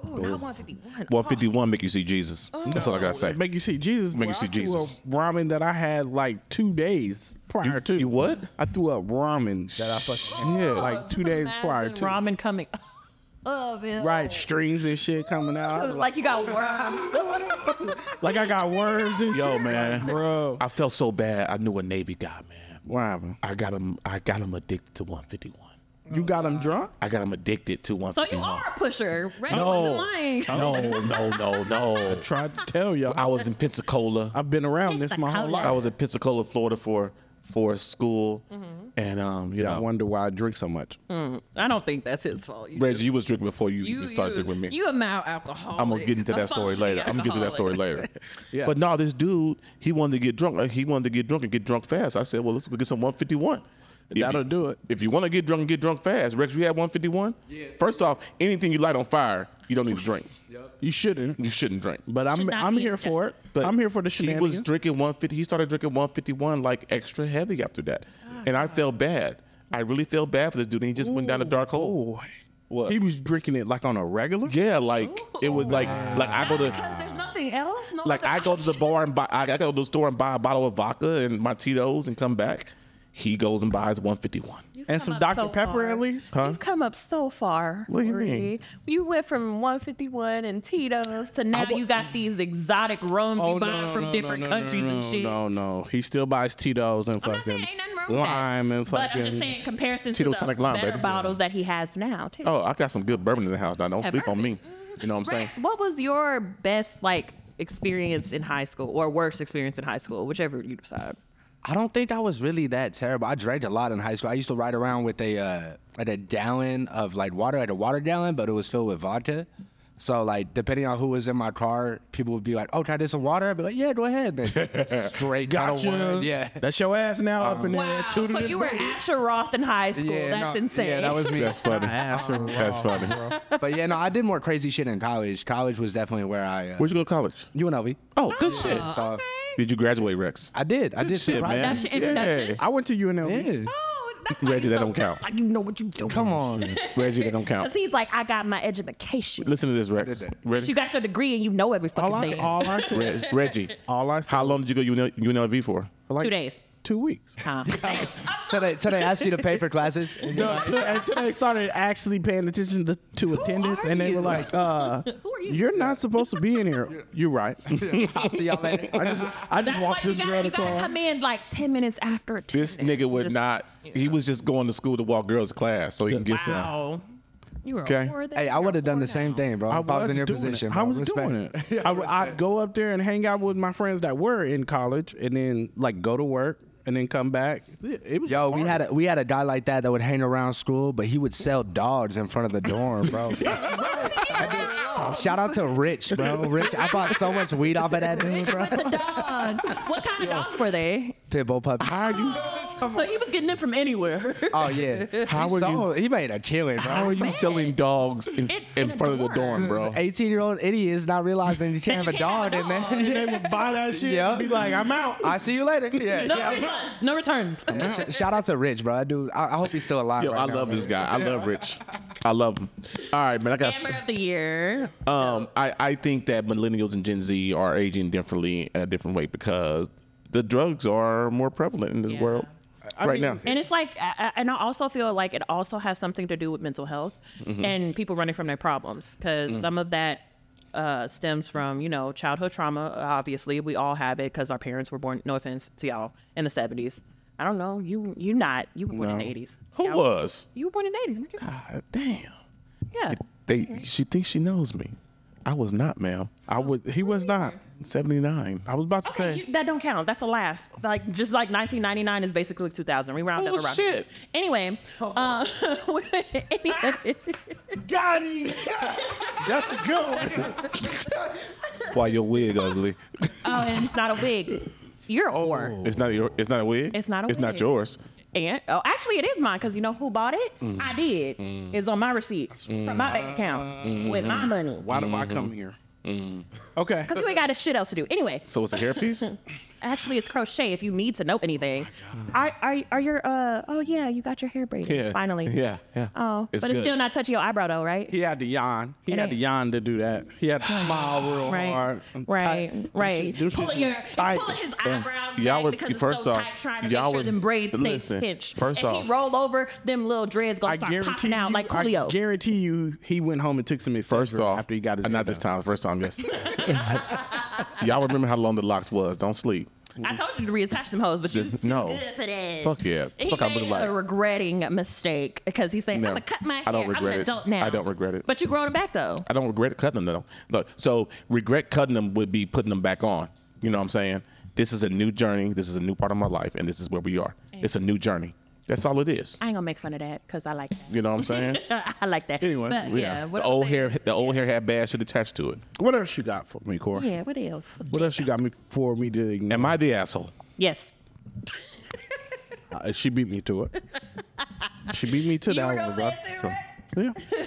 [SPEAKER 2] Oh, not 151.
[SPEAKER 4] One fifty one make you see Jesus.
[SPEAKER 5] Oh.
[SPEAKER 4] That's all I gotta say.
[SPEAKER 5] Make you see Jesus.
[SPEAKER 4] Make
[SPEAKER 5] boy,
[SPEAKER 4] you see
[SPEAKER 5] I threw
[SPEAKER 4] Jesus.
[SPEAKER 5] A ramen that I had like two days prior to.
[SPEAKER 4] you what?
[SPEAKER 5] I threw up ramen that I fucking
[SPEAKER 4] Yeah.
[SPEAKER 5] like two days prior to.
[SPEAKER 2] Oh, Ramen coming.
[SPEAKER 5] Right, strings and shit coming out. I was Like,
[SPEAKER 2] like you got worms.
[SPEAKER 5] like I got worms and
[SPEAKER 4] Yo,
[SPEAKER 5] shit.
[SPEAKER 4] man.
[SPEAKER 5] bro.
[SPEAKER 4] I felt so bad. I knew a Navy guy, man.
[SPEAKER 5] What happened?
[SPEAKER 4] I got him. I got him addicted to 151.
[SPEAKER 5] You got him drunk?
[SPEAKER 4] I got him addicted to
[SPEAKER 2] So you
[SPEAKER 4] 151.
[SPEAKER 2] are a pusher. Right?
[SPEAKER 4] No.
[SPEAKER 2] wasn't lying.
[SPEAKER 4] no, no, no, no.
[SPEAKER 5] Tried to tell y'all.
[SPEAKER 4] I was in Pensacola.
[SPEAKER 5] I've been around this my whole life.
[SPEAKER 4] I was in Pensacola, Florida for for school,
[SPEAKER 2] Mm-hmm.
[SPEAKER 4] and um, you
[SPEAKER 5] I
[SPEAKER 4] know,
[SPEAKER 5] wonder why I drink so much.
[SPEAKER 2] I don't think that's his fault. You,
[SPEAKER 4] Reggie, you was drinking before you, you, started
[SPEAKER 2] you,
[SPEAKER 4] drinking with me.
[SPEAKER 2] You a mild alcoholic.
[SPEAKER 4] I'm gonna get into
[SPEAKER 2] A
[SPEAKER 4] that story
[SPEAKER 2] functioning
[SPEAKER 4] later. I'm gonna get to that story
[SPEAKER 2] alcoholic.
[SPEAKER 4] later.
[SPEAKER 5] Yeah.
[SPEAKER 4] But no, this dude, he wanted to get drunk. Like he wanted to get drunk and get drunk fast. I said, well, let's go get some 151. If
[SPEAKER 5] That'll
[SPEAKER 4] you-
[SPEAKER 5] do it.
[SPEAKER 4] If you want to get drunk and get drunk fast, Rex, you had 151. Yeah. First off, anything you light on fire, you don't need to drink.
[SPEAKER 5] You shouldn't.
[SPEAKER 4] You shouldn't drink.
[SPEAKER 5] But I'm
[SPEAKER 2] Should not
[SPEAKER 5] I'm
[SPEAKER 2] be
[SPEAKER 5] here for it.
[SPEAKER 4] But
[SPEAKER 5] I'm here for the
[SPEAKER 4] He
[SPEAKER 5] shenanigans.
[SPEAKER 4] was drinking 150. He started drinking 151 like extra heavy after that,
[SPEAKER 5] Ah,
[SPEAKER 4] and I felt bad. I really felt bad for this dude. And he just went down a dark hole.
[SPEAKER 5] Boy.
[SPEAKER 4] What?
[SPEAKER 5] He was drinking it like on a regular.
[SPEAKER 4] yeah, like it was like like I go to.
[SPEAKER 2] Because there's nothing else. No
[SPEAKER 4] like
[SPEAKER 2] other
[SPEAKER 4] I go to the bar and buy, I I go to the store and buy a bottle of vodka and my Tito's and come back. He goes and buys 151.
[SPEAKER 5] and
[SPEAKER 2] come
[SPEAKER 5] some
[SPEAKER 2] up
[SPEAKER 5] Dr.
[SPEAKER 2] so
[SPEAKER 5] Pepper
[SPEAKER 2] far.
[SPEAKER 5] at least.
[SPEAKER 2] You've come up so far.
[SPEAKER 4] What do you
[SPEAKER 2] Bree.
[SPEAKER 4] mean?
[SPEAKER 2] You went from 151 and Tito's to now you got these exotic rums
[SPEAKER 4] Oh,
[SPEAKER 2] you buy from different countries
[SPEAKER 5] Oh, no,
[SPEAKER 2] and shit.
[SPEAKER 5] No, no. He still buys Tito's and
[SPEAKER 2] I'm not
[SPEAKER 5] fucking
[SPEAKER 2] saying ain't nothing wrong with that.
[SPEAKER 5] lime and fucking.
[SPEAKER 2] But I'm just saying, in comparison
[SPEAKER 4] Tito
[SPEAKER 2] to the
[SPEAKER 4] tonic lime,
[SPEAKER 2] better
[SPEAKER 4] baby.
[SPEAKER 2] bottles that he has now. Too.
[SPEAKER 4] Oh, I got some good bourbon in the house now. Don't
[SPEAKER 2] That
[SPEAKER 4] sleep on
[SPEAKER 2] bourbon.
[SPEAKER 4] me. You know what I'm saying?
[SPEAKER 2] Rex, what was your best like experience in high school or worst experience in high school, whichever you decide?
[SPEAKER 1] I don't think I was really that terrible. I drank a lot in high school. I used to ride around with a uh, like a gallon of like water, like a water gallon, but it was filled with vodka. So like depending on who was in my car, people would be like, "Oh, can I do some water?" I'd be like, "Yeah, go ahead." Then straight gotcha.
[SPEAKER 5] Gotcha.
[SPEAKER 1] Yeah.
[SPEAKER 5] That's your ass now up in there.
[SPEAKER 3] Wow.
[SPEAKER 5] tooting
[SPEAKER 3] So
[SPEAKER 5] and
[SPEAKER 3] you were
[SPEAKER 5] booting.
[SPEAKER 3] Asher Roth in high school.
[SPEAKER 1] Yeah,
[SPEAKER 3] That's
[SPEAKER 1] no,
[SPEAKER 3] insane.
[SPEAKER 1] Yeah, that was me.
[SPEAKER 4] That's funny. That's funny.
[SPEAKER 1] but yeah, no, I did more crazy shit in college. College was definitely where I uh,
[SPEAKER 4] Where'd you go to college?
[SPEAKER 1] UNLV.
[SPEAKER 4] Oh, good shit.
[SPEAKER 1] So
[SPEAKER 4] Did you graduate, Rex?
[SPEAKER 1] I did. I did.
[SPEAKER 4] shit,
[SPEAKER 1] surprise-
[SPEAKER 4] man.
[SPEAKER 3] That's your introduction.
[SPEAKER 5] I went to UNLV.
[SPEAKER 1] Yeah.
[SPEAKER 3] Oh, that's why
[SPEAKER 4] Reggie,
[SPEAKER 3] you
[SPEAKER 4] that
[SPEAKER 3] so
[SPEAKER 4] don't count.
[SPEAKER 1] Like you know what you doing. Come on.
[SPEAKER 4] Reggie, that don't
[SPEAKER 3] Because
[SPEAKER 4] count.
[SPEAKER 3] he's like, I got my education.
[SPEAKER 4] Listen to this, Rex.
[SPEAKER 3] You
[SPEAKER 4] Reggie.
[SPEAKER 3] got your degree and you know every
[SPEAKER 5] All I,
[SPEAKER 3] fucking thing.
[SPEAKER 5] all I
[SPEAKER 4] Reg-
[SPEAKER 5] said,
[SPEAKER 4] Reggie.
[SPEAKER 5] all I said,
[SPEAKER 4] How long did you go UNL- UNLV E for?
[SPEAKER 5] for like
[SPEAKER 3] Two days.
[SPEAKER 5] two weeks.
[SPEAKER 3] Huh.
[SPEAKER 1] so they so they asked you to pay for classes.
[SPEAKER 5] No, until, until they started actually paying attention to, to attendance,
[SPEAKER 3] are
[SPEAKER 5] and they
[SPEAKER 3] you?
[SPEAKER 5] were like, uh,
[SPEAKER 3] are you?
[SPEAKER 5] "You're not supposed to be in here." You're right.
[SPEAKER 1] I'll see y'all later.
[SPEAKER 5] I just, I just
[SPEAKER 3] That's why
[SPEAKER 5] walked
[SPEAKER 3] you
[SPEAKER 5] this girl
[SPEAKER 3] gotta,
[SPEAKER 5] to
[SPEAKER 3] you gotta
[SPEAKER 5] car.
[SPEAKER 3] come in like 10 minutes after
[SPEAKER 4] This
[SPEAKER 3] attendance.
[SPEAKER 4] nigga would
[SPEAKER 3] Just-
[SPEAKER 4] not. He was just going to school to walk girls' class so he can get some.
[SPEAKER 2] Oh,
[SPEAKER 3] You were
[SPEAKER 5] Okay.
[SPEAKER 3] poor then,
[SPEAKER 1] Hey, I
[SPEAKER 3] you're
[SPEAKER 1] would have done
[SPEAKER 3] poor
[SPEAKER 1] the same
[SPEAKER 3] now.
[SPEAKER 1] thing, bro. if I was in your
[SPEAKER 5] doing
[SPEAKER 1] position,
[SPEAKER 5] It.
[SPEAKER 1] bro.
[SPEAKER 5] I was
[SPEAKER 1] Respect.
[SPEAKER 5] doing it. I would I'd go up there and hang out with my friends that were in college, and then like go to work, and then come back. It, it was
[SPEAKER 1] Yo, we had a we had a guy like that that would hang around school, but he would sell dogs in front of the dorm, bro. I did- Shout out to Rich, bro. Rich, I bought so much weed off of that dude, bro.
[SPEAKER 3] The dogs. What kind of dogs were they?
[SPEAKER 1] Pitbull puppy.
[SPEAKER 5] how you
[SPEAKER 2] Oh, so he was getting it from anywhere.
[SPEAKER 1] Oh yeah,
[SPEAKER 5] How
[SPEAKER 1] he
[SPEAKER 5] are you-
[SPEAKER 1] sold- He made a killing, bro.
[SPEAKER 4] How are you selling dogs in,
[SPEAKER 3] In-
[SPEAKER 4] in
[SPEAKER 3] in a
[SPEAKER 4] front of the dorm,
[SPEAKER 3] dorm.
[SPEAKER 4] bro?
[SPEAKER 1] Eighteen year old idiots not realizing you can't
[SPEAKER 3] That
[SPEAKER 1] have a dog
[SPEAKER 3] you can't have
[SPEAKER 1] in
[SPEAKER 3] a dog.
[SPEAKER 1] there.
[SPEAKER 5] they would buy that shit
[SPEAKER 1] Yeah.
[SPEAKER 5] and be like, "I'm out."
[SPEAKER 1] I see you later. Yeah.
[SPEAKER 2] No
[SPEAKER 1] yeah.
[SPEAKER 2] returns. No returns.
[SPEAKER 1] Sh- Shout out to Rich, bro. That Dude, I, I hope he's still alive.
[SPEAKER 4] Yo,
[SPEAKER 1] right
[SPEAKER 4] I
[SPEAKER 1] now,
[SPEAKER 4] love
[SPEAKER 1] bro.
[SPEAKER 4] this guy. I love Rich. I love him. All right, man. I got.
[SPEAKER 2] Hammer of the year.
[SPEAKER 4] Um, I, I think that millennials and Gen Z are aging differently in a different way because the drugs are more prevalent in this
[SPEAKER 2] Yeah.
[SPEAKER 4] world right now.
[SPEAKER 2] And it's like, I, I- and I also feel like it also has something to do with mental health
[SPEAKER 4] Mm-hmm.
[SPEAKER 2] and people running from their problems because
[SPEAKER 4] Mm.
[SPEAKER 2] some of that uh, stems from you know childhood trauma. Obviously, we all have it because our parents were born. No offense to y'all in the seventies. I don't know you. You not. You were born in the eighties.
[SPEAKER 4] Who was?
[SPEAKER 2] You were born in the eighties.
[SPEAKER 4] God damn.
[SPEAKER 2] Yeah.
[SPEAKER 4] They. She thinks she knows me. I was not, ma'am.
[SPEAKER 5] I would. He was not.
[SPEAKER 4] Seventy nine.
[SPEAKER 5] I was about to
[SPEAKER 2] Okay,
[SPEAKER 5] say.
[SPEAKER 2] you- that don't count. That's the last. Like just like 1999 is basically 2000. We round
[SPEAKER 4] Oh,
[SPEAKER 2] up around.
[SPEAKER 4] shit. Oh.
[SPEAKER 2] Anyway, uh, any of it-
[SPEAKER 5] That's a good one.
[SPEAKER 4] That's why your wig ugly.
[SPEAKER 2] Oh, and it's not a wig. You're or.
[SPEAKER 4] It's not your. It's not a wig.
[SPEAKER 2] It's not a
[SPEAKER 4] It's not
[SPEAKER 2] wig.
[SPEAKER 4] yours.
[SPEAKER 2] And oh, actually, it is mine because you know who bought it?
[SPEAKER 4] Mm.
[SPEAKER 2] I did. It's on my receipt from my bank account
[SPEAKER 4] Mm.
[SPEAKER 2] with my money.
[SPEAKER 5] Why do I come here? Mm-hmm. Okay.
[SPEAKER 2] Because you ain't got a shit else to do. Anyway,
[SPEAKER 4] So it's a hairpiece.
[SPEAKER 2] actually, it's crochet. If you need to know anything, are, are are your uh oh yeah, you got your hair braided
[SPEAKER 4] Oh Yeah.
[SPEAKER 2] finally.
[SPEAKER 4] Yeah. Yeah.
[SPEAKER 2] Oh,
[SPEAKER 4] It's
[SPEAKER 2] but it's
[SPEAKER 4] good.
[SPEAKER 2] still not touching your eyebrow though, right?
[SPEAKER 5] He had to yawn. He
[SPEAKER 2] It
[SPEAKER 5] had to
[SPEAKER 2] ain't.
[SPEAKER 5] yawn to do that. He had to smile real
[SPEAKER 2] Right.
[SPEAKER 5] hard. I'm
[SPEAKER 2] Right.
[SPEAKER 5] tight.
[SPEAKER 2] Right.
[SPEAKER 5] This shit- this
[SPEAKER 3] Pulling
[SPEAKER 5] shit
[SPEAKER 3] your,
[SPEAKER 5] is
[SPEAKER 3] he's
[SPEAKER 5] tight.
[SPEAKER 3] pulling his eyebrows
[SPEAKER 4] Y'all
[SPEAKER 3] back
[SPEAKER 4] were-
[SPEAKER 3] because it's
[SPEAKER 4] first
[SPEAKER 3] so
[SPEAKER 4] off,
[SPEAKER 3] tight, trying to
[SPEAKER 4] y'all
[SPEAKER 3] make sure
[SPEAKER 4] were-
[SPEAKER 3] them braids stay
[SPEAKER 4] listen,
[SPEAKER 3] pinched.
[SPEAKER 4] first
[SPEAKER 3] if
[SPEAKER 4] off-
[SPEAKER 3] he roll over, them little dreads gonna start popping out like
[SPEAKER 5] I
[SPEAKER 3] Coolio.
[SPEAKER 5] guarantee you, he went home and took some
[SPEAKER 4] First off,
[SPEAKER 5] after he got his.
[SPEAKER 4] uh,
[SPEAKER 5] hair
[SPEAKER 4] not this
[SPEAKER 5] done.
[SPEAKER 4] time. First time, yes. Y'all remember how long the locks was? Don't sleep.
[SPEAKER 2] I told you to reattach them hoes, but you
[SPEAKER 4] Just- no.
[SPEAKER 3] Good for that.
[SPEAKER 4] Fuck yeah.
[SPEAKER 2] He
[SPEAKER 4] Fuck I look
[SPEAKER 2] made a
[SPEAKER 4] like.
[SPEAKER 2] regretting mistake because he said,
[SPEAKER 4] No.
[SPEAKER 2] "I'm gonna cut my hair.
[SPEAKER 4] I don't
[SPEAKER 2] I'm
[SPEAKER 4] regret
[SPEAKER 2] an
[SPEAKER 4] it.
[SPEAKER 2] adult now.
[SPEAKER 4] I don't regret it.
[SPEAKER 2] But you growing it back though.
[SPEAKER 4] I don't regret cutting them though. Look, so regret cutting them would be putting them back on. You know what I'm saying? This is a new journey. This is a new part of my life, and this is where we are. It's a new journey. That's all it is.
[SPEAKER 2] I ain't gonna make fun of that because I like
[SPEAKER 4] You know what I'm saying?
[SPEAKER 2] that. I like that.
[SPEAKER 5] Anyway,
[SPEAKER 2] but, yeah. what
[SPEAKER 4] the
[SPEAKER 2] I'm
[SPEAKER 4] old
[SPEAKER 2] saying-
[SPEAKER 4] hair, the old hair had bad shit attached to it.
[SPEAKER 5] What else you got for me, Corey?
[SPEAKER 2] Yeah. What else?
[SPEAKER 5] What else you got me for me to? Ignore?
[SPEAKER 4] Am I the asshole?
[SPEAKER 2] Yes.
[SPEAKER 5] Uh, she beat me to it. she beat me to that one, bro.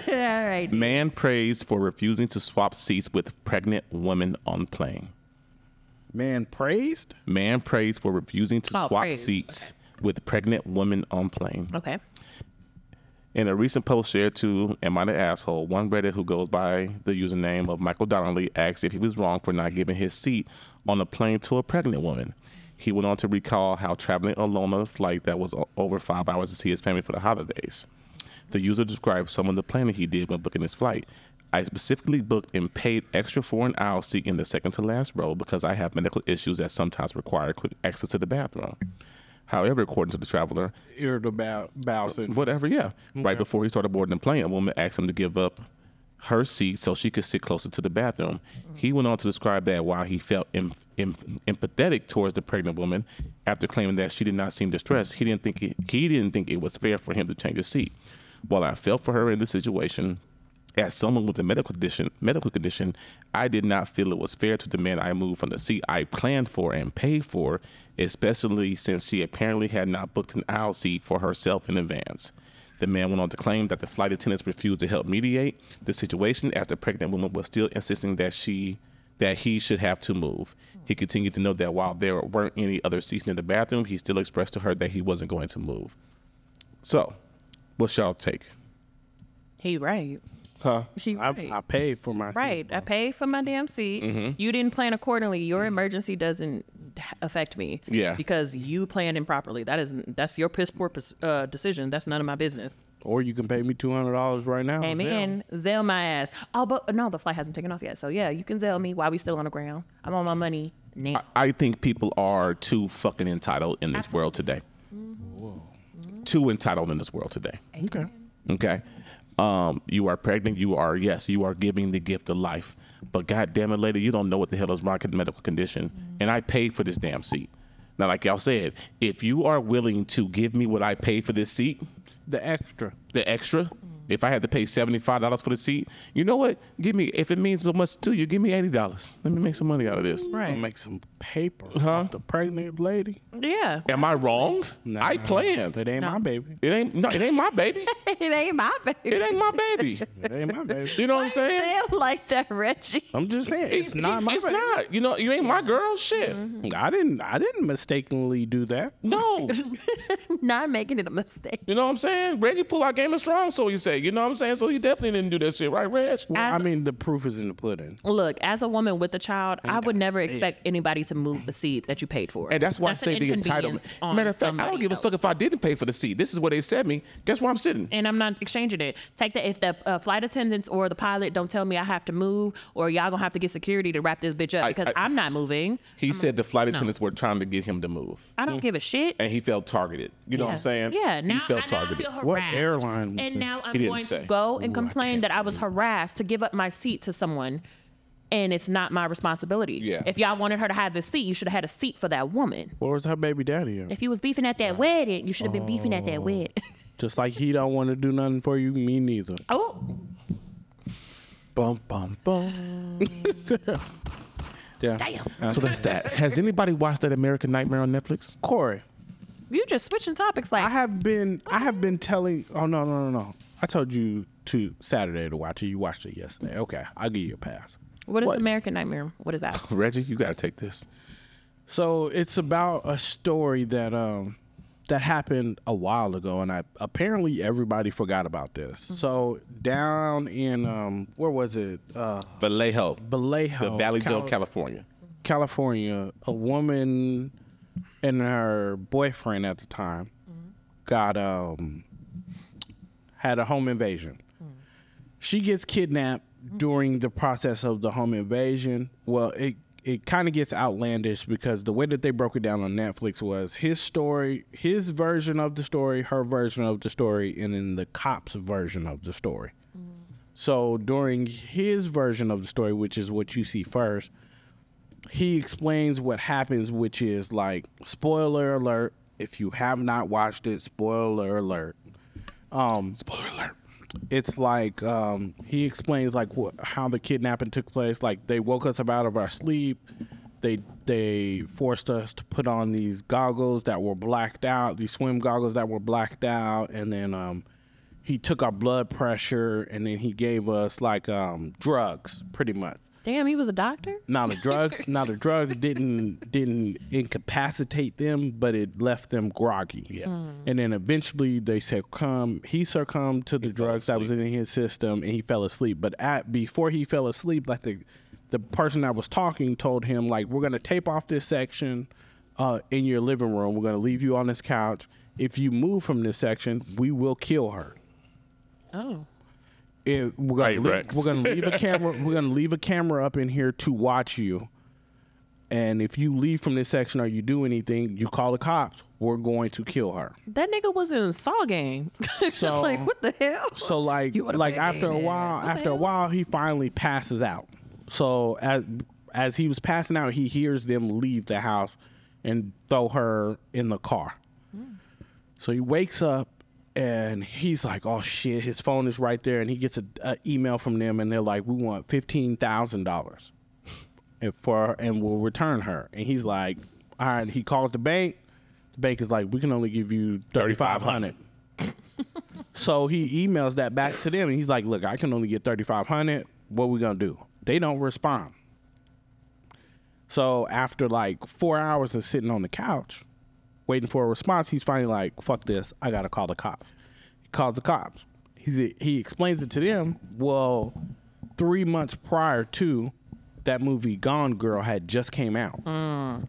[SPEAKER 5] Yeah.
[SPEAKER 3] All right.
[SPEAKER 4] Man praised for refusing to swap seats with pregnant woman on plane.
[SPEAKER 5] Man praised.
[SPEAKER 4] Man praised for refusing to
[SPEAKER 2] Oh,
[SPEAKER 4] swap
[SPEAKER 2] praised.
[SPEAKER 4] seats with pregnant woman on plane.
[SPEAKER 2] Okay.
[SPEAKER 4] In a recent post shared to Am I the Asshole, one Reddit who goes by the username of Michael Donnelly asked if he was wrong for not giving his seat on a plane to a pregnant woman. He went on to recall how traveling alone on a flight that was o- over five hours to see his family for the holidays. The user described some of the planning he did when booking his flight. I specifically booked and paid extra for an aisle seat in the second to last row because I have medical issues that sometimes require quick access to the bathroom. However, according to the traveler,
[SPEAKER 5] Irritable bowel syndrome.
[SPEAKER 4] whatever. Yeah, right before he started boarding the plane, a woman asked him to give up her seat so she could sit closer to the bathroom. He went on to describe that while he felt em- em- empathetic towards the pregnant woman, after claiming that she did not seem distressed, he didn't think it, he didn't think it was fair for him to change his seat. While I felt for her in this situation, as someone with a medical condition, medical condition, I did not feel it was fair to demand I move from the seat I planned for and paid for, especially since she apparently had not booked an aisle seat for herself in advance. The man went on to claim that the flight attendants refused to help mediate the situation as the pregnant woman was still insisting that she that he should have to move. He continued to note that while there weren't any other seats in the bathroom, he still expressed to her that he wasn't going to move. So, what's y'all take?
[SPEAKER 2] He right.
[SPEAKER 5] Huh?
[SPEAKER 2] She
[SPEAKER 5] I,
[SPEAKER 2] right.
[SPEAKER 5] I paid for my seat,
[SPEAKER 2] Right.
[SPEAKER 5] bro.
[SPEAKER 2] I paid for my damn seat.
[SPEAKER 3] Mm-hmm.
[SPEAKER 2] You didn't plan accordingly. Your emergency doesn't h- affect me.
[SPEAKER 4] Yeah.
[SPEAKER 2] Because you planned improperly. That is that's your piss poor pers- uh, decision. That's none of my business.
[SPEAKER 5] Or you can pay me two hundred dollars right now.
[SPEAKER 2] Amen. Zell my ass. Oh, but no, the flight hasn't taken off yet. So yeah, you can zell me while we still on the ground. I'm on my money now.
[SPEAKER 4] I think people are too fucking entitled in this world today. Too entitled in this world today.
[SPEAKER 5] Zelle. Okay.
[SPEAKER 4] Okay. Um, you are pregnant. You are yes. You are giving the gift of life. But God damn it, lady, you don't know what the hell is my medical condition, and I paid for this damn seat. Now, like y'all said, if you are willing to give me what I paid for this seat,
[SPEAKER 5] The extra.
[SPEAKER 4] the extra, if I had to pay seventy five dollars for the seat, you know what? Give me if it means so much to you, give me eighty dollars. Let me make some money out of this.
[SPEAKER 5] Right. Make some paper. Huh? The pregnant lady.
[SPEAKER 2] Yeah.
[SPEAKER 4] Am I wrong? I planned.
[SPEAKER 5] That ain't my baby.
[SPEAKER 4] It ain't no, it ain't my baby.
[SPEAKER 3] it ain't my baby.
[SPEAKER 4] It ain't my baby.
[SPEAKER 5] That ain't my baby.
[SPEAKER 4] You know what I'm saying?
[SPEAKER 3] Sound like that, Reggie.
[SPEAKER 5] I'm just saying, it's not my
[SPEAKER 4] It's
[SPEAKER 5] baby. Mm-hmm.
[SPEAKER 4] not. You know, you ain't my girl. Shit.
[SPEAKER 5] I didn't. I didn't mistakenly do that.
[SPEAKER 4] No.
[SPEAKER 3] Not making it a mistake.
[SPEAKER 4] You know what I'm saying? Reggie pulled out Game of Strong, so he said. You know what I'm saying? So he definitely didn't do that shit, right, Reg?
[SPEAKER 5] I mean, the proof is in the pudding.
[SPEAKER 2] Look, as a woman with a child, I would never
[SPEAKER 5] say it.
[SPEAKER 2] expect anybody to move the seat that you paid for.
[SPEAKER 4] And that's why
[SPEAKER 2] That's
[SPEAKER 4] I say
[SPEAKER 2] an
[SPEAKER 4] the entitlement.
[SPEAKER 2] inconvenience on
[SPEAKER 4] Matter of fact, I don't
[SPEAKER 2] somebody
[SPEAKER 4] give a fuck
[SPEAKER 2] else.
[SPEAKER 4] if I didn't pay for the seat. This is where they sent me. Guess where I'm sitting?
[SPEAKER 2] and I'm not exchanging it. Take that if the uh, flight attendants or the pilot don't tell me I have to move, or y'all gonna have to get security to wrap this bitch up
[SPEAKER 4] I-
[SPEAKER 2] because
[SPEAKER 4] I-
[SPEAKER 2] I, am not moving.
[SPEAKER 4] He said the flight attendants were trying to get him to move,
[SPEAKER 2] I don't give a shit.
[SPEAKER 4] Mm. and he felt targeted. You know what I'm saying?
[SPEAKER 2] Yeah, now,
[SPEAKER 4] he felt
[SPEAKER 2] I, now I
[SPEAKER 4] targeted.
[SPEAKER 2] feel harassed.
[SPEAKER 5] What airline was it?
[SPEAKER 2] And now I'm
[SPEAKER 4] didn't
[SPEAKER 2] going
[SPEAKER 4] say.
[SPEAKER 2] to go and complain that I was harassed to give up my seat to someone, and it's not my responsibility.
[SPEAKER 4] Yeah.
[SPEAKER 2] If y'all wanted her to have this seat, you should have had a seat for that woman.
[SPEAKER 5] Where was her baby daddy at?
[SPEAKER 2] If you was beefing at that wedding, you should have been beefing at
[SPEAKER 5] Oh.
[SPEAKER 2] that wedding.
[SPEAKER 5] Just like he don't want to do nothing for you, me neither.
[SPEAKER 2] oh,
[SPEAKER 4] Bum bum bum.
[SPEAKER 5] Yeah.
[SPEAKER 2] damn.
[SPEAKER 4] So that's that. Has anybody watched that American Nightmare on Netflix?
[SPEAKER 5] Corey,
[SPEAKER 2] You just switching topics like
[SPEAKER 5] I have been. I have been telling. Oh no no no no. I told you to Saturday to watch it. You watched it yesterday. Okay, I'll give you a pass.
[SPEAKER 2] What is
[SPEAKER 5] What?
[SPEAKER 2] American Nightmare? What is that?
[SPEAKER 4] Reggie, you gotta take this.
[SPEAKER 5] So it's about a story that um that happened a while ago, and I apparently everybody forgot about this. So down in um where was it? Uh,
[SPEAKER 4] Vallejo,
[SPEAKER 5] Vallejo,
[SPEAKER 4] the Valleyville,
[SPEAKER 5] Cali-
[SPEAKER 4] California.
[SPEAKER 5] California, a woman and her boyfriend at the time got um had a home invasion. She gets kidnapped during the process of the home invasion. Well, it it kind of gets outlandish because the way that they broke it down on Netflix was his story, his version of the story, her version of the story, and then the cops' version of the story. So during his version of the story, which is what you see first, he explains what happens, which is like spoiler alert. If you have not watched it, spoiler alert. Um, spoiler alert. It's like um, he explains like wh- how the kidnapping took place. Like they woke us up out of our sleep. They they forced us to put on these goggles that were blacked out, these swim goggles that were blacked out, and then um, he took our blood pressure, and then he gave us like um, drugs, pretty much.
[SPEAKER 2] Damn, he was a doctor.
[SPEAKER 5] Now the drugs, now the drugs didn't didn't incapacitate them, but it left them groggy. Yeah. And then eventually they succumb. He succumbed to the drugs that was in his system, and he fell asleep. But at before he fell asleep, like the the person that was talking told him, like, we're gonna tape off this section uh, in your living room. We're gonna leave you on this couch. If you move from this section, we will kill her
[SPEAKER 2] Oh,
[SPEAKER 5] it, we're gonna
[SPEAKER 4] Hey,
[SPEAKER 5] leave,
[SPEAKER 4] Rex.
[SPEAKER 5] we're gonna leave a camera we're gonna leave a camera up in here to watch you And if you leave from this section or you do anything, you call the cops. We're going to kill her.
[SPEAKER 2] That nigga was in a Saw game.
[SPEAKER 5] So-
[SPEAKER 2] like, what the hell?
[SPEAKER 5] So like like after a while, after a while, he finally passes out. So as as he was passing out, he hears them leave the house and throw her in the car. So he wakes up and he's like, "Oh shit!" His phone is right there, and he gets a, a email from them, and they're like, "We want fifteen thousand dollars, and for and we'll return her." And he's like, "All right." He calls the bank. The bank is like, "We can only give you thirty five hundred. So he emails that back to them, and he's like, "Look, I can only get thirty five hundred. What we gonna do?" They don't respond. So after like four hours of sitting on the couch, waiting for a response, he's finally like, "Fuck this! I gotta call the cops." He calls the cops. He he explains it to them. Well, three months prior to that movie, Gone Girl had just came out,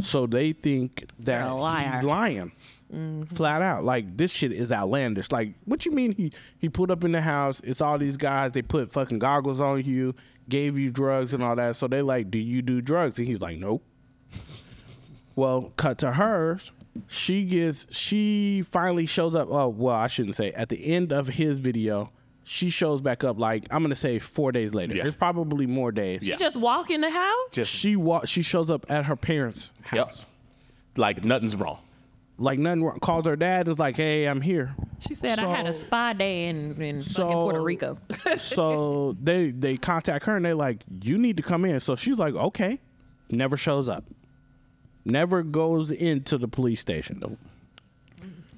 [SPEAKER 5] so they think that
[SPEAKER 2] a liar. Mm-hmm.
[SPEAKER 5] he's lying, flat out. Like this shit is outlandish. Like what you mean he he pulled up in the house? It's all these guys. They put fucking goggles on you, gave you drugs and all that. So they like, do you do drugs? And he's like, nope. Well, cut to hers. She gets. She finally shows up. Oh, well, I shouldn't say. At the end of his video, she shows back up. Like I'm gonna say four days later.
[SPEAKER 4] Yeah.
[SPEAKER 5] There's probably more days.
[SPEAKER 4] Yeah.
[SPEAKER 2] Just walk in the house?
[SPEAKER 5] She wa- She shows up at her parents' house.
[SPEAKER 4] Yep. Like nothing's wrong.
[SPEAKER 5] Like nothing. Wrong. Calls her dad. Is like, hey, I'm here.
[SPEAKER 2] She said I had a
[SPEAKER 5] So-
[SPEAKER 2] spa day in, in fucking Puerto
[SPEAKER 5] so-
[SPEAKER 2] Rico.
[SPEAKER 5] so they they contact her and they like, you need to come in. So she's like, okay. Never shows up. Never goes into the police station.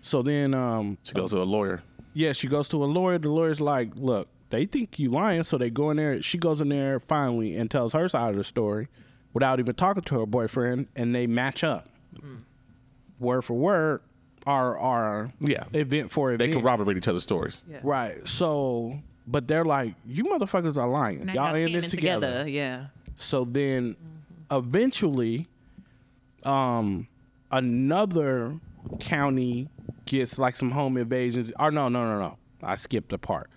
[SPEAKER 5] So then um
[SPEAKER 4] She goes to a lawyer.
[SPEAKER 5] Yeah, she goes to a lawyer. The lawyer's like, "Look, they think you lying," so they go in there. She goes in there finally and tells her side of the story, without even talking to her boyfriend, and they match up,
[SPEAKER 4] Hmm.
[SPEAKER 5] word for word, our our
[SPEAKER 4] Yeah.
[SPEAKER 5] event for
[SPEAKER 4] They
[SPEAKER 5] event.
[SPEAKER 4] corroborate each other's stories.
[SPEAKER 5] right. So, but they're like, "You motherfuckers are lying.
[SPEAKER 2] Now
[SPEAKER 5] Y'all
[SPEAKER 2] y'all
[SPEAKER 5] in
[SPEAKER 2] scheming
[SPEAKER 5] this together.
[SPEAKER 2] Yeah.
[SPEAKER 5] So then, eventually, um, another county gets like some home invasions. Or no, no, no, no. I skipped a part.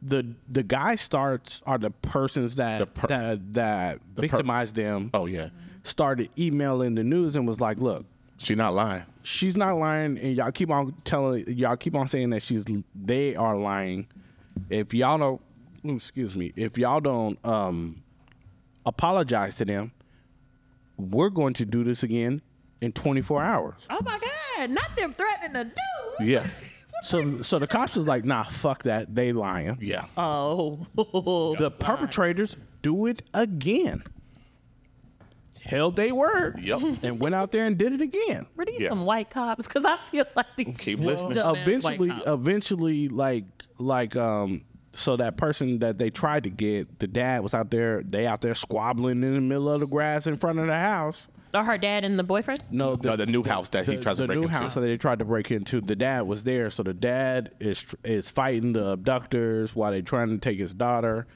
[SPEAKER 5] The the guy starts are the persons that
[SPEAKER 4] The per-
[SPEAKER 5] that that victimized them
[SPEAKER 4] Oh yeah.
[SPEAKER 5] started emailing the news and was like, look,
[SPEAKER 4] She not lying.
[SPEAKER 5] she's not lying, and y'all keep on telling y'all keep on saying that she's they are lying. If y'all don't, ooh, excuse me, if y'all don't um, apologize to them, we're going to do this again in 24 hours.
[SPEAKER 3] Oh my God! Not them threatening the dude.
[SPEAKER 4] Yeah.
[SPEAKER 5] So, so the cops was like, nah, fuck that, they lying.
[SPEAKER 4] Yeah.
[SPEAKER 2] Oh.
[SPEAKER 5] The perpetrators do it again. Held they word
[SPEAKER 4] yep.
[SPEAKER 5] and went out there and did it again.
[SPEAKER 2] Were these
[SPEAKER 4] Yeah.
[SPEAKER 2] some white cops? Because I feel like these
[SPEAKER 4] Keep listening.
[SPEAKER 2] dumbass white
[SPEAKER 5] eventually uh,
[SPEAKER 2] cops.
[SPEAKER 5] eventually like like um so that person that they tried to get the dad was out there they out there squabbling in the middle of the grass in front of the house
[SPEAKER 2] Or her dad and the boyfriend?
[SPEAKER 5] no the,
[SPEAKER 4] no, the new house that he
[SPEAKER 5] oh, the-
[SPEAKER 4] tries
[SPEAKER 5] the
[SPEAKER 4] to break
[SPEAKER 5] new
[SPEAKER 4] into.
[SPEAKER 5] house that they tried to break into the dad was there so the dad is is fighting the abductors while they trying to take his daughter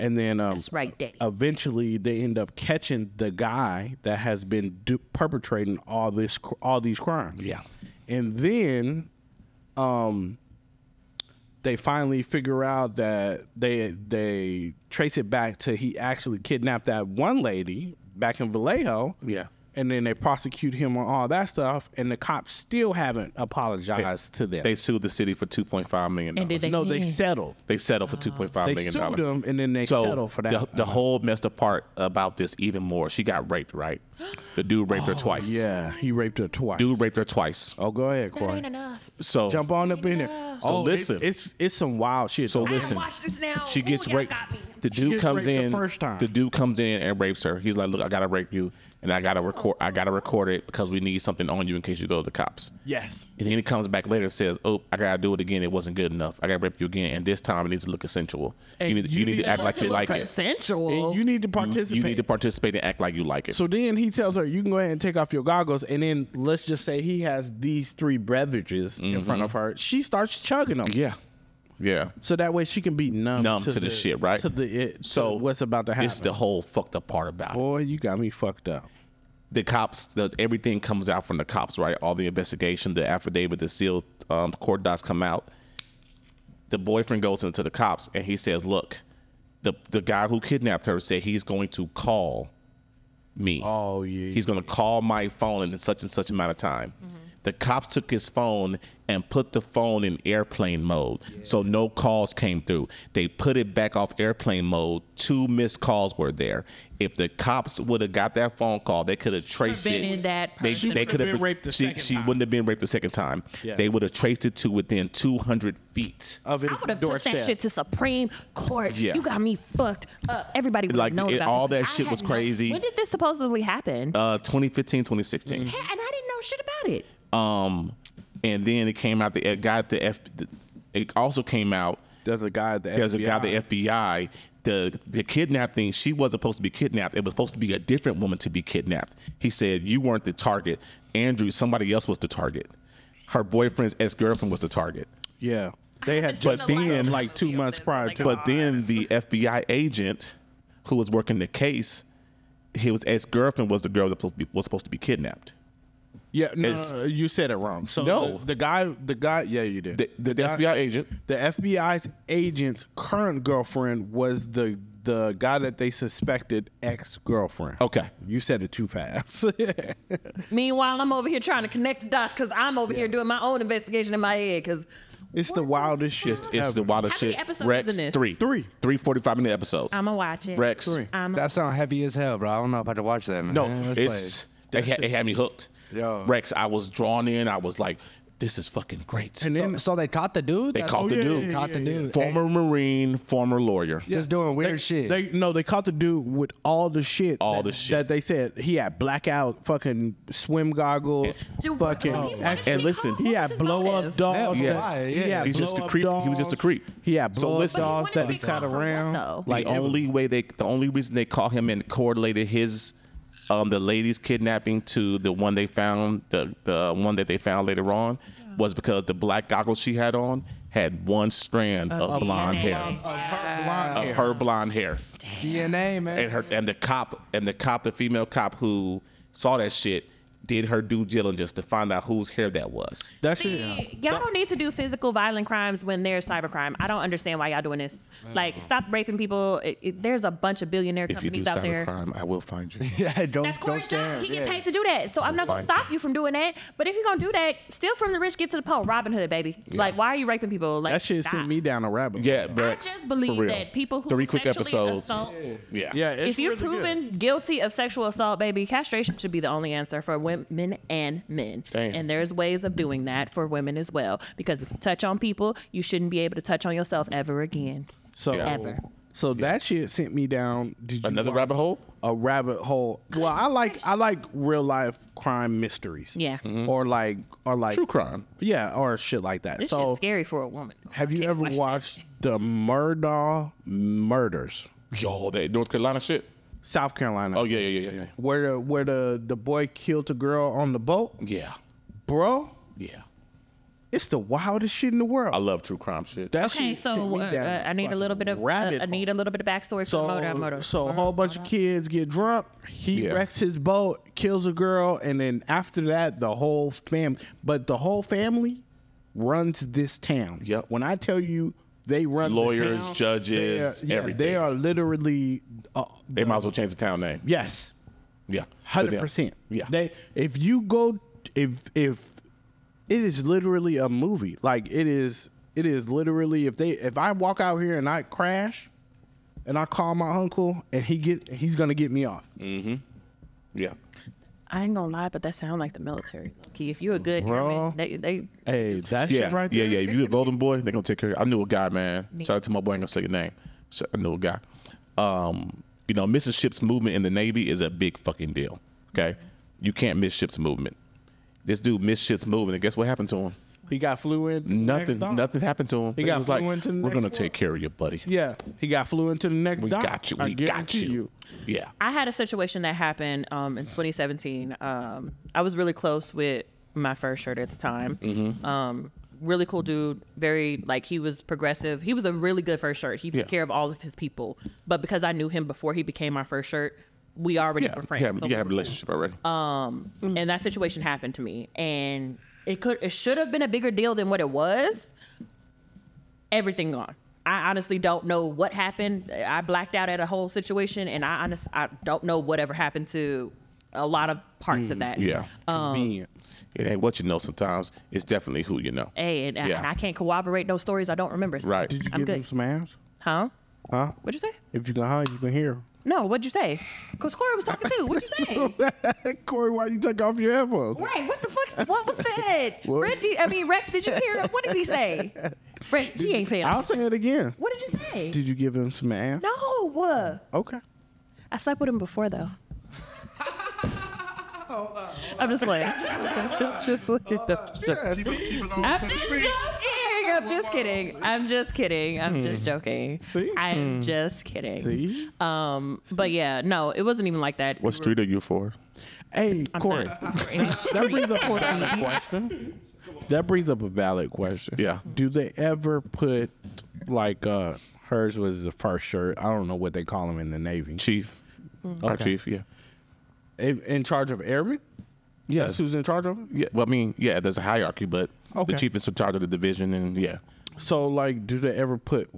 [SPEAKER 5] and then um
[SPEAKER 3] That's right, Daddy.
[SPEAKER 5] eventually they end up catching the guy that has been do- perpetrating all this cr- all these crimes.
[SPEAKER 4] Yeah.
[SPEAKER 5] And then um they finally figure out that they they trace it back to he actually kidnapped that one lady back in Vallejo.
[SPEAKER 4] Yeah.
[SPEAKER 5] And then they prosecute him on all that stuff and the cops still haven't apologized to them.
[SPEAKER 4] They sued the city for two point five million
[SPEAKER 3] And did
[SPEAKER 4] dollars.
[SPEAKER 3] they?
[SPEAKER 5] no, they settled.
[SPEAKER 4] They settled for two point five
[SPEAKER 5] They
[SPEAKER 4] million
[SPEAKER 5] sued
[SPEAKER 4] dollars.
[SPEAKER 5] them and then they
[SPEAKER 4] so
[SPEAKER 5] settled for that.
[SPEAKER 4] The, the whole messed up part about this even more. She got raped, right? The dude raped her twice.
[SPEAKER 5] Oh, yeah, he raped her twice.
[SPEAKER 4] Dude raped her twice.
[SPEAKER 5] Oh, go ahead, Corey.
[SPEAKER 3] enough.
[SPEAKER 4] So
[SPEAKER 5] Jump on up in there.
[SPEAKER 4] So listen.
[SPEAKER 5] it- it's it's some wild shit. So
[SPEAKER 4] listen.
[SPEAKER 3] Watch this now.
[SPEAKER 4] She gets
[SPEAKER 3] Ooh, y'all
[SPEAKER 4] raped.
[SPEAKER 3] got me.
[SPEAKER 4] The dude
[SPEAKER 5] gets
[SPEAKER 4] comes
[SPEAKER 5] raped the
[SPEAKER 4] in
[SPEAKER 5] first time.
[SPEAKER 4] The dude comes in and rapes her. He's like, "Look, I gotta rape you, and I gotta record. I gotta record it because we need something on you in case you go to the cops."
[SPEAKER 5] Yes.
[SPEAKER 4] And then he comes back later and says, "Oh, I gotta do it again. It wasn't good enough. I gotta rape you again, and this time it needs to look consensual.
[SPEAKER 5] And
[SPEAKER 4] You need,
[SPEAKER 5] you
[SPEAKER 4] you need
[SPEAKER 5] need
[SPEAKER 4] to act like you like it.
[SPEAKER 3] Consensual.
[SPEAKER 5] And you need to
[SPEAKER 4] You,
[SPEAKER 5] participate.
[SPEAKER 4] you need to participate and act like you like it.
[SPEAKER 5] so then he tells her, "You can go ahead and take off your goggles." And then let's just say he has these three beverages in front of her. She starts chugging them,
[SPEAKER 4] Mm-hmm. yeah, yeah.
[SPEAKER 5] so that way she can be numb,
[SPEAKER 4] Numb to the shit, right?
[SPEAKER 5] To the it, so
[SPEAKER 4] So
[SPEAKER 5] what's about to
[SPEAKER 4] It's
[SPEAKER 5] happen?
[SPEAKER 4] the whole fucked up part about it.
[SPEAKER 5] Boy, you got me fucked up.
[SPEAKER 4] the cops, the, everything comes out from the cops, right? All the investigation, the affidavit, the sealed um, court docs come out. The boyfriend goes into the cops and he says, "Look, the the guy who kidnapped her said he's going to call me.
[SPEAKER 5] Oh, yeah.
[SPEAKER 4] He's gonna call my phone in such and such amount of time. The cops took his phone and put the phone in airplane mode, so no calls came through. They put it back off airplane mode. Two missed calls were there. If the cops would have got that phone call, they could have traced
[SPEAKER 2] Prevented
[SPEAKER 4] it.
[SPEAKER 2] that
[SPEAKER 4] They,
[SPEAKER 2] person
[SPEAKER 4] they
[SPEAKER 2] from-
[SPEAKER 4] could have
[SPEAKER 10] Been raped the
[SPEAKER 4] she,
[SPEAKER 10] second
[SPEAKER 4] she
[SPEAKER 10] time.
[SPEAKER 4] wouldn't have been raped the second time.
[SPEAKER 5] Yeah.
[SPEAKER 4] They would have traced it to within 200 feet.
[SPEAKER 5] Of his
[SPEAKER 2] I would have took
[SPEAKER 5] doorstep.
[SPEAKER 2] that shit to Supreme Court.
[SPEAKER 4] Yeah.
[SPEAKER 2] You got me fucked up. Everybody would
[SPEAKER 4] Like,
[SPEAKER 2] have known
[SPEAKER 4] it-
[SPEAKER 2] about
[SPEAKER 4] all
[SPEAKER 2] this.
[SPEAKER 4] that
[SPEAKER 2] I
[SPEAKER 4] shit was
[SPEAKER 2] had no-
[SPEAKER 4] crazy.
[SPEAKER 2] when did this supposedly happen?
[SPEAKER 4] Uh, 2015, 2016.
[SPEAKER 2] Yeah, and I didn't know shit about it.
[SPEAKER 4] Um, and then it came out. The it got the F. It also came out.
[SPEAKER 5] There's a guy at the
[SPEAKER 4] There's a
[SPEAKER 5] FBI.
[SPEAKER 4] guy, the FBI. The the kidnapping. She wasn't supposed to be kidnapped. It was supposed to be a different woman to be kidnapped. He said you weren't the target, Andrew. Somebody else was the target. Her boyfriend's ex girlfriend was the target.
[SPEAKER 5] Yeah. They had
[SPEAKER 2] But
[SPEAKER 5] just
[SPEAKER 2] then-
[SPEAKER 5] been like two months prior to.
[SPEAKER 4] But then the FBI agent who was working the case, his ex girlfriend was the girl that was supposed to be, was supposed to be kidnapped.
[SPEAKER 5] Yeah, no,
[SPEAKER 4] It's-
[SPEAKER 5] no, no, you said it wrong. So
[SPEAKER 4] No.
[SPEAKER 5] the, the guy, the guy, yeah, you did.
[SPEAKER 4] The, the,
[SPEAKER 5] guy-
[SPEAKER 4] FBI agent.
[SPEAKER 5] the FBI's agent's current girlfriend was the the guy that they suspected ex girlfriend.
[SPEAKER 4] Okay.
[SPEAKER 5] you said it too fast.
[SPEAKER 2] Meanwhile, I'm over here trying to connect the dots because I'm over here doing my own investigation in my head. Because
[SPEAKER 5] it's the wildest shit.
[SPEAKER 4] It's, it's the wildest
[SPEAKER 2] How many
[SPEAKER 4] shit.
[SPEAKER 2] episodes
[SPEAKER 4] Rex,
[SPEAKER 2] is in this?
[SPEAKER 4] three.
[SPEAKER 5] Three.
[SPEAKER 4] Three 45 minute episodes.
[SPEAKER 11] I'ma watch it.
[SPEAKER 4] Rex.
[SPEAKER 11] I'm
[SPEAKER 1] That sound heavy as hell, bro. I don't know if I to watch that. Man.
[SPEAKER 4] No,
[SPEAKER 1] Let's
[SPEAKER 4] it's. They had, they had me hooked.
[SPEAKER 1] Yo.
[SPEAKER 4] Rex, I was drawn in. I was like, this is fucking great.
[SPEAKER 1] play. So, so they caught the dude. oh,
[SPEAKER 4] they
[SPEAKER 1] That's-
[SPEAKER 4] caught the dude.
[SPEAKER 1] caught the dude.
[SPEAKER 4] Former Marine, former lawyer.
[SPEAKER 1] Just doing weird shit.
[SPEAKER 5] They no, they caught the dude with all the shit.
[SPEAKER 4] All
[SPEAKER 5] that,
[SPEAKER 4] the shit.
[SPEAKER 5] that they said he had blackout, fucking swim goggles,
[SPEAKER 2] Dude, what-
[SPEAKER 5] fucking.
[SPEAKER 2] so he wanted
[SPEAKER 5] ex-
[SPEAKER 4] to be And listen- caught?
[SPEAKER 5] he
[SPEAKER 2] What
[SPEAKER 5] had
[SPEAKER 2] was his
[SPEAKER 5] blow
[SPEAKER 2] motive?
[SPEAKER 5] up dolls.
[SPEAKER 1] Yeah,
[SPEAKER 5] that-
[SPEAKER 1] why?
[SPEAKER 5] he
[SPEAKER 1] Yeah.
[SPEAKER 5] had
[SPEAKER 4] He's just a
[SPEAKER 5] blow up
[SPEAKER 4] creep. He was just a
[SPEAKER 5] dolls.
[SPEAKER 4] creep.
[SPEAKER 5] He had
[SPEAKER 4] So
[SPEAKER 5] blow up
[SPEAKER 4] listen- But he
[SPEAKER 5] dolls
[SPEAKER 2] wanted to
[SPEAKER 5] that
[SPEAKER 2] be
[SPEAKER 5] he sat
[SPEAKER 2] caught for what,
[SPEAKER 5] around.
[SPEAKER 2] though?
[SPEAKER 4] Like the only way they, the only reason they caught him and correlated his, um, the lady's kidnapping to the one they found, the the one that they found later on, was because the black goggles she had on had one strand of blonde hair,
[SPEAKER 1] uh,
[SPEAKER 4] of her blonde hair,
[SPEAKER 1] DNA, man.
[SPEAKER 4] and her and the cop and the cop, the female cop who saw that shit, did her due diligence to find out whose hair that was.
[SPEAKER 5] That shit.
[SPEAKER 2] See, y'all don't need to do physical violent crimes when there's cybercrime. I don't understand why y'all doing this. Like, stop raping people. It, it, there's a bunch of billionaire
[SPEAKER 4] If you do
[SPEAKER 2] companies out there.
[SPEAKER 4] cybercrime, I will find you.
[SPEAKER 1] yeah, don't
[SPEAKER 2] That's
[SPEAKER 1] don't
[SPEAKER 2] Corey's
[SPEAKER 1] stand.
[SPEAKER 2] job. He
[SPEAKER 1] yeah.
[SPEAKER 2] get paid to do that. So I'm not gonna
[SPEAKER 4] Fine.
[SPEAKER 2] stop you from doing that. But if you're gonna do that, steal from the rich, get to the poor. Robin Hood, baby. Like, why are you raping people? Like
[SPEAKER 5] That shit
[SPEAKER 2] stop.
[SPEAKER 5] sent me down a rabbit. hole.
[SPEAKER 4] Yeah,
[SPEAKER 2] I
[SPEAKER 4] Rex.
[SPEAKER 2] just
[SPEAKER 4] for
[SPEAKER 2] believe
[SPEAKER 4] real.
[SPEAKER 2] that people who
[SPEAKER 4] three quick
[SPEAKER 2] sexually
[SPEAKER 4] episodes.
[SPEAKER 2] assault-
[SPEAKER 4] Yeah.
[SPEAKER 5] Yeah. It's
[SPEAKER 2] if you're
[SPEAKER 5] really good.
[SPEAKER 2] proven guilty of sexual assault, baby, castration should be the only answer for women and men.
[SPEAKER 4] Damn.
[SPEAKER 2] And there's ways of doing that for women as well. Because if you touch on people, you shouldn't be able to touch on yourself ever again.
[SPEAKER 5] So
[SPEAKER 4] Yeah.
[SPEAKER 2] Ever.
[SPEAKER 5] So that shit sent me down. Did you
[SPEAKER 4] Another
[SPEAKER 5] watch
[SPEAKER 4] rabbit hole?
[SPEAKER 5] A rabbit hole. Well, I like I like real life crime mysteries.
[SPEAKER 2] Yeah.
[SPEAKER 5] Or like or like
[SPEAKER 4] Mm-hmm. True crime.
[SPEAKER 5] Yeah, or shit like that.
[SPEAKER 2] This
[SPEAKER 5] so
[SPEAKER 2] shit's scary for a woman.
[SPEAKER 5] have you ever watched the Murdaugh murders?
[SPEAKER 4] Yo, that North Carolina shit.
[SPEAKER 5] South Carolina.
[SPEAKER 4] Oh yeah, yeah, yeah, yeah, yeah.
[SPEAKER 5] Where the where the the boy killed the girl on the boat,
[SPEAKER 4] Yeah,
[SPEAKER 5] bro.
[SPEAKER 4] yeah.
[SPEAKER 5] It's the wildest shit in the world.
[SPEAKER 4] I love true crime shit.
[SPEAKER 5] that
[SPEAKER 2] Okay,
[SPEAKER 5] shit sent
[SPEAKER 2] so
[SPEAKER 5] me
[SPEAKER 2] uh,
[SPEAKER 5] down
[SPEAKER 2] uh, I need a little
[SPEAKER 5] fucking
[SPEAKER 2] bit of uh,
[SPEAKER 5] rabbit
[SPEAKER 2] I
[SPEAKER 5] hole.
[SPEAKER 2] need a little bit of backstory for murder. Murder.
[SPEAKER 5] So a whole bunch of kids get drunk. He
[SPEAKER 4] Yeah.
[SPEAKER 5] wrecks his boat, kills a girl, and then after that, the whole family. But the whole family runs this town.
[SPEAKER 4] Yep.
[SPEAKER 5] When I tell you they run the
[SPEAKER 4] Lawyers,
[SPEAKER 5] town,
[SPEAKER 4] judges,
[SPEAKER 5] they are, yeah,
[SPEAKER 4] everything.
[SPEAKER 5] They are literally. Uh,
[SPEAKER 4] They might as well change the town name.
[SPEAKER 5] yes,
[SPEAKER 4] Yeah, To
[SPEAKER 5] hundred
[SPEAKER 4] them.
[SPEAKER 5] percent.
[SPEAKER 4] Yeah.
[SPEAKER 5] They if you go if if it is literally a movie. Like it is it is literally if they if I walk out here and I crash and I call my uncle and he get he's gonna get me off.
[SPEAKER 4] Mm. Yeah.
[SPEAKER 11] I ain't gonna lie, but that sound like the military. Key, if you a good
[SPEAKER 5] Bro.
[SPEAKER 11] airman, they, they
[SPEAKER 5] Hey, that
[SPEAKER 4] Yeah,
[SPEAKER 5] shit right
[SPEAKER 4] yeah,
[SPEAKER 5] there.
[SPEAKER 4] yeah. If you a golden boy, they gonna take care. of you. I knew a guy, man. Shout out to my boy. I ain't gonna say your name. Sh- I knew a guy. Um, you know, missing ships movement in the Navy is a big fucking deal. Okay,
[SPEAKER 5] Mm-hmm.
[SPEAKER 4] you can't miss ships movement. This dude missed ships movement, and guess what happened to him?
[SPEAKER 5] He got flew in. to the
[SPEAKER 4] Nothing.
[SPEAKER 5] next dock.
[SPEAKER 4] Nothing happened to him. He
[SPEAKER 5] got
[SPEAKER 4] was like,
[SPEAKER 5] flew into the
[SPEAKER 4] "We're
[SPEAKER 5] next
[SPEAKER 4] gonna
[SPEAKER 5] world."
[SPEAKER 4] take care of you, buddy.
[SPEAKER 5] Yeah, he got flew into the next
[SPEAKER 4] We
[SPEAKER 5] dock.
[SPEAKER 4] got you.
[SPEAKER 5] I
[SPEAKER 4] We got
[SPEAKER 5] guarantee
[SPEAKER 4] you. Yeah.
[SPEAKER 11] I had a situation that happened um, in 2017. Um, I was really close with my first shirt at the time.
[SPEAKER 4] Mm-hmm.
[SPEAKER 11] Um, really cool dude. Very like he was progressive. He was a really good first shirt. He took
[SPEAKER 4] Yeah.
[SPEAKER 11] care of all of his people. But because I knew him before he became my first shirt, we already
[SPEAKER 4] Yeah,
[SPEAKER 11] were
[SPEAKER 4] you
[SPEAKER 11] friends.
[SPEAKER 4] have,
[SPEAKER 11] So
[SPEAKER 4] you
[SPEAKER 11] we
[SPEAKER 4] have
[SPEAKER 11] were
[SPEAKER 4] a
[SPEAKER 11] cool
[SPEAKER 4] relationship already.
[SPEAKER 5] Um,
[SPEAKER 11] and that situation happened to me and it could it should have been a bigger deal than what it was everything gone
[SPEAKER 2] I honestly don't know what happened. I blacked out at a whole situation, and I honest I don't know whatever happened to a lot of parts of that.
[SPEAKER 7] Mm, Yeah.
[SPEAKER 5] Convenient.
[SPEAKER 7] It ain't what you know sometimes. It's definitely who you know.
[SPEAKER 2] Hey, and, I,
[SPEAKER 7] Yeah.
[SPEAKER 2] and I can't corroborate no stories I don't remember. so-
[SPEAKER 7] Right.
[SPEAKER 5] Did you
[SPEAKER 2] I'm
[SPEAKER 5] give
[SPEAKER 2] good.
[SPEAKER 5] him some ass?
[SPEAKER 2] Huh?
[SPEAKER 5] Huh?
[SPEAKER 2] What'd you say?
[SPEAKER 5] If you can hide, you can hear.
[SPEAKER 2] No, what'd you say? Cause Corey was talking too. What'd you say?
[SPEAKER 5] Corey, why you take off your headphones?
[SPEAKER 3] Right. What the fuck? What was that?
[SPEAKER 5] What?
[SPEAKER 3] Reggie, I mean Rex, did you hear? What did he say? Rex, he ain't saying.
[SPEAKER 5] I'll say it again.
[SPEAKER 3] What did you say?
[SPEAKER 5] Did you give him some ass?
[SPEAKER 2] no. uh,
[SPEAKER 5] Okay.
[SPEAKER 2] I slept with him before though. I'm just playing. Just playing.
[SPEAKER 8] Keep it, keep it on
[SPEAKER 2] I'm
[SPEAKER 8] Center
[SPEAKER 2] just
[SPEAKER 8] Street.
[SPEAKER 2] joking. I'm just kidding. I'm just kidding. I'm just joking.
[SPEAKER 5] Hmm. See? Hmm.
[SPEAKER 2] I'm just kidding.
[SPEAKER 5] See?
[SPEAKER 2] Um, but yeah, no, it wasn't even like that.
[SPEAKER 7] What street are you for?
[SPEAKER 5] Hey, Corey. that brings up a question. That brings up a valid question.
[SPEAKER 7] Yeah.
[SPEAKER 5] Do they ever put like uh hers was the first shirt? I don't know what they call them in the Navy.
[SPEAKER 7] Chief. Our
[SPEAKER 5] Okay.
[SPEAKER 7] chief, yeah.
[SPEAKER 5] In, in charge of airmen?
[SPEAKER 7] Yeah.
[SPEAKER 5] That's who's in charge of them?
[SPEAKER 7] Yeah. Well, I mean, yeah, there's a hierarchy, but
[SPEAKER 5] Okay.
[SPEAKER 7] the chief is in charge of the division, and yeah.
[SPEAKER 5] So like do they ever put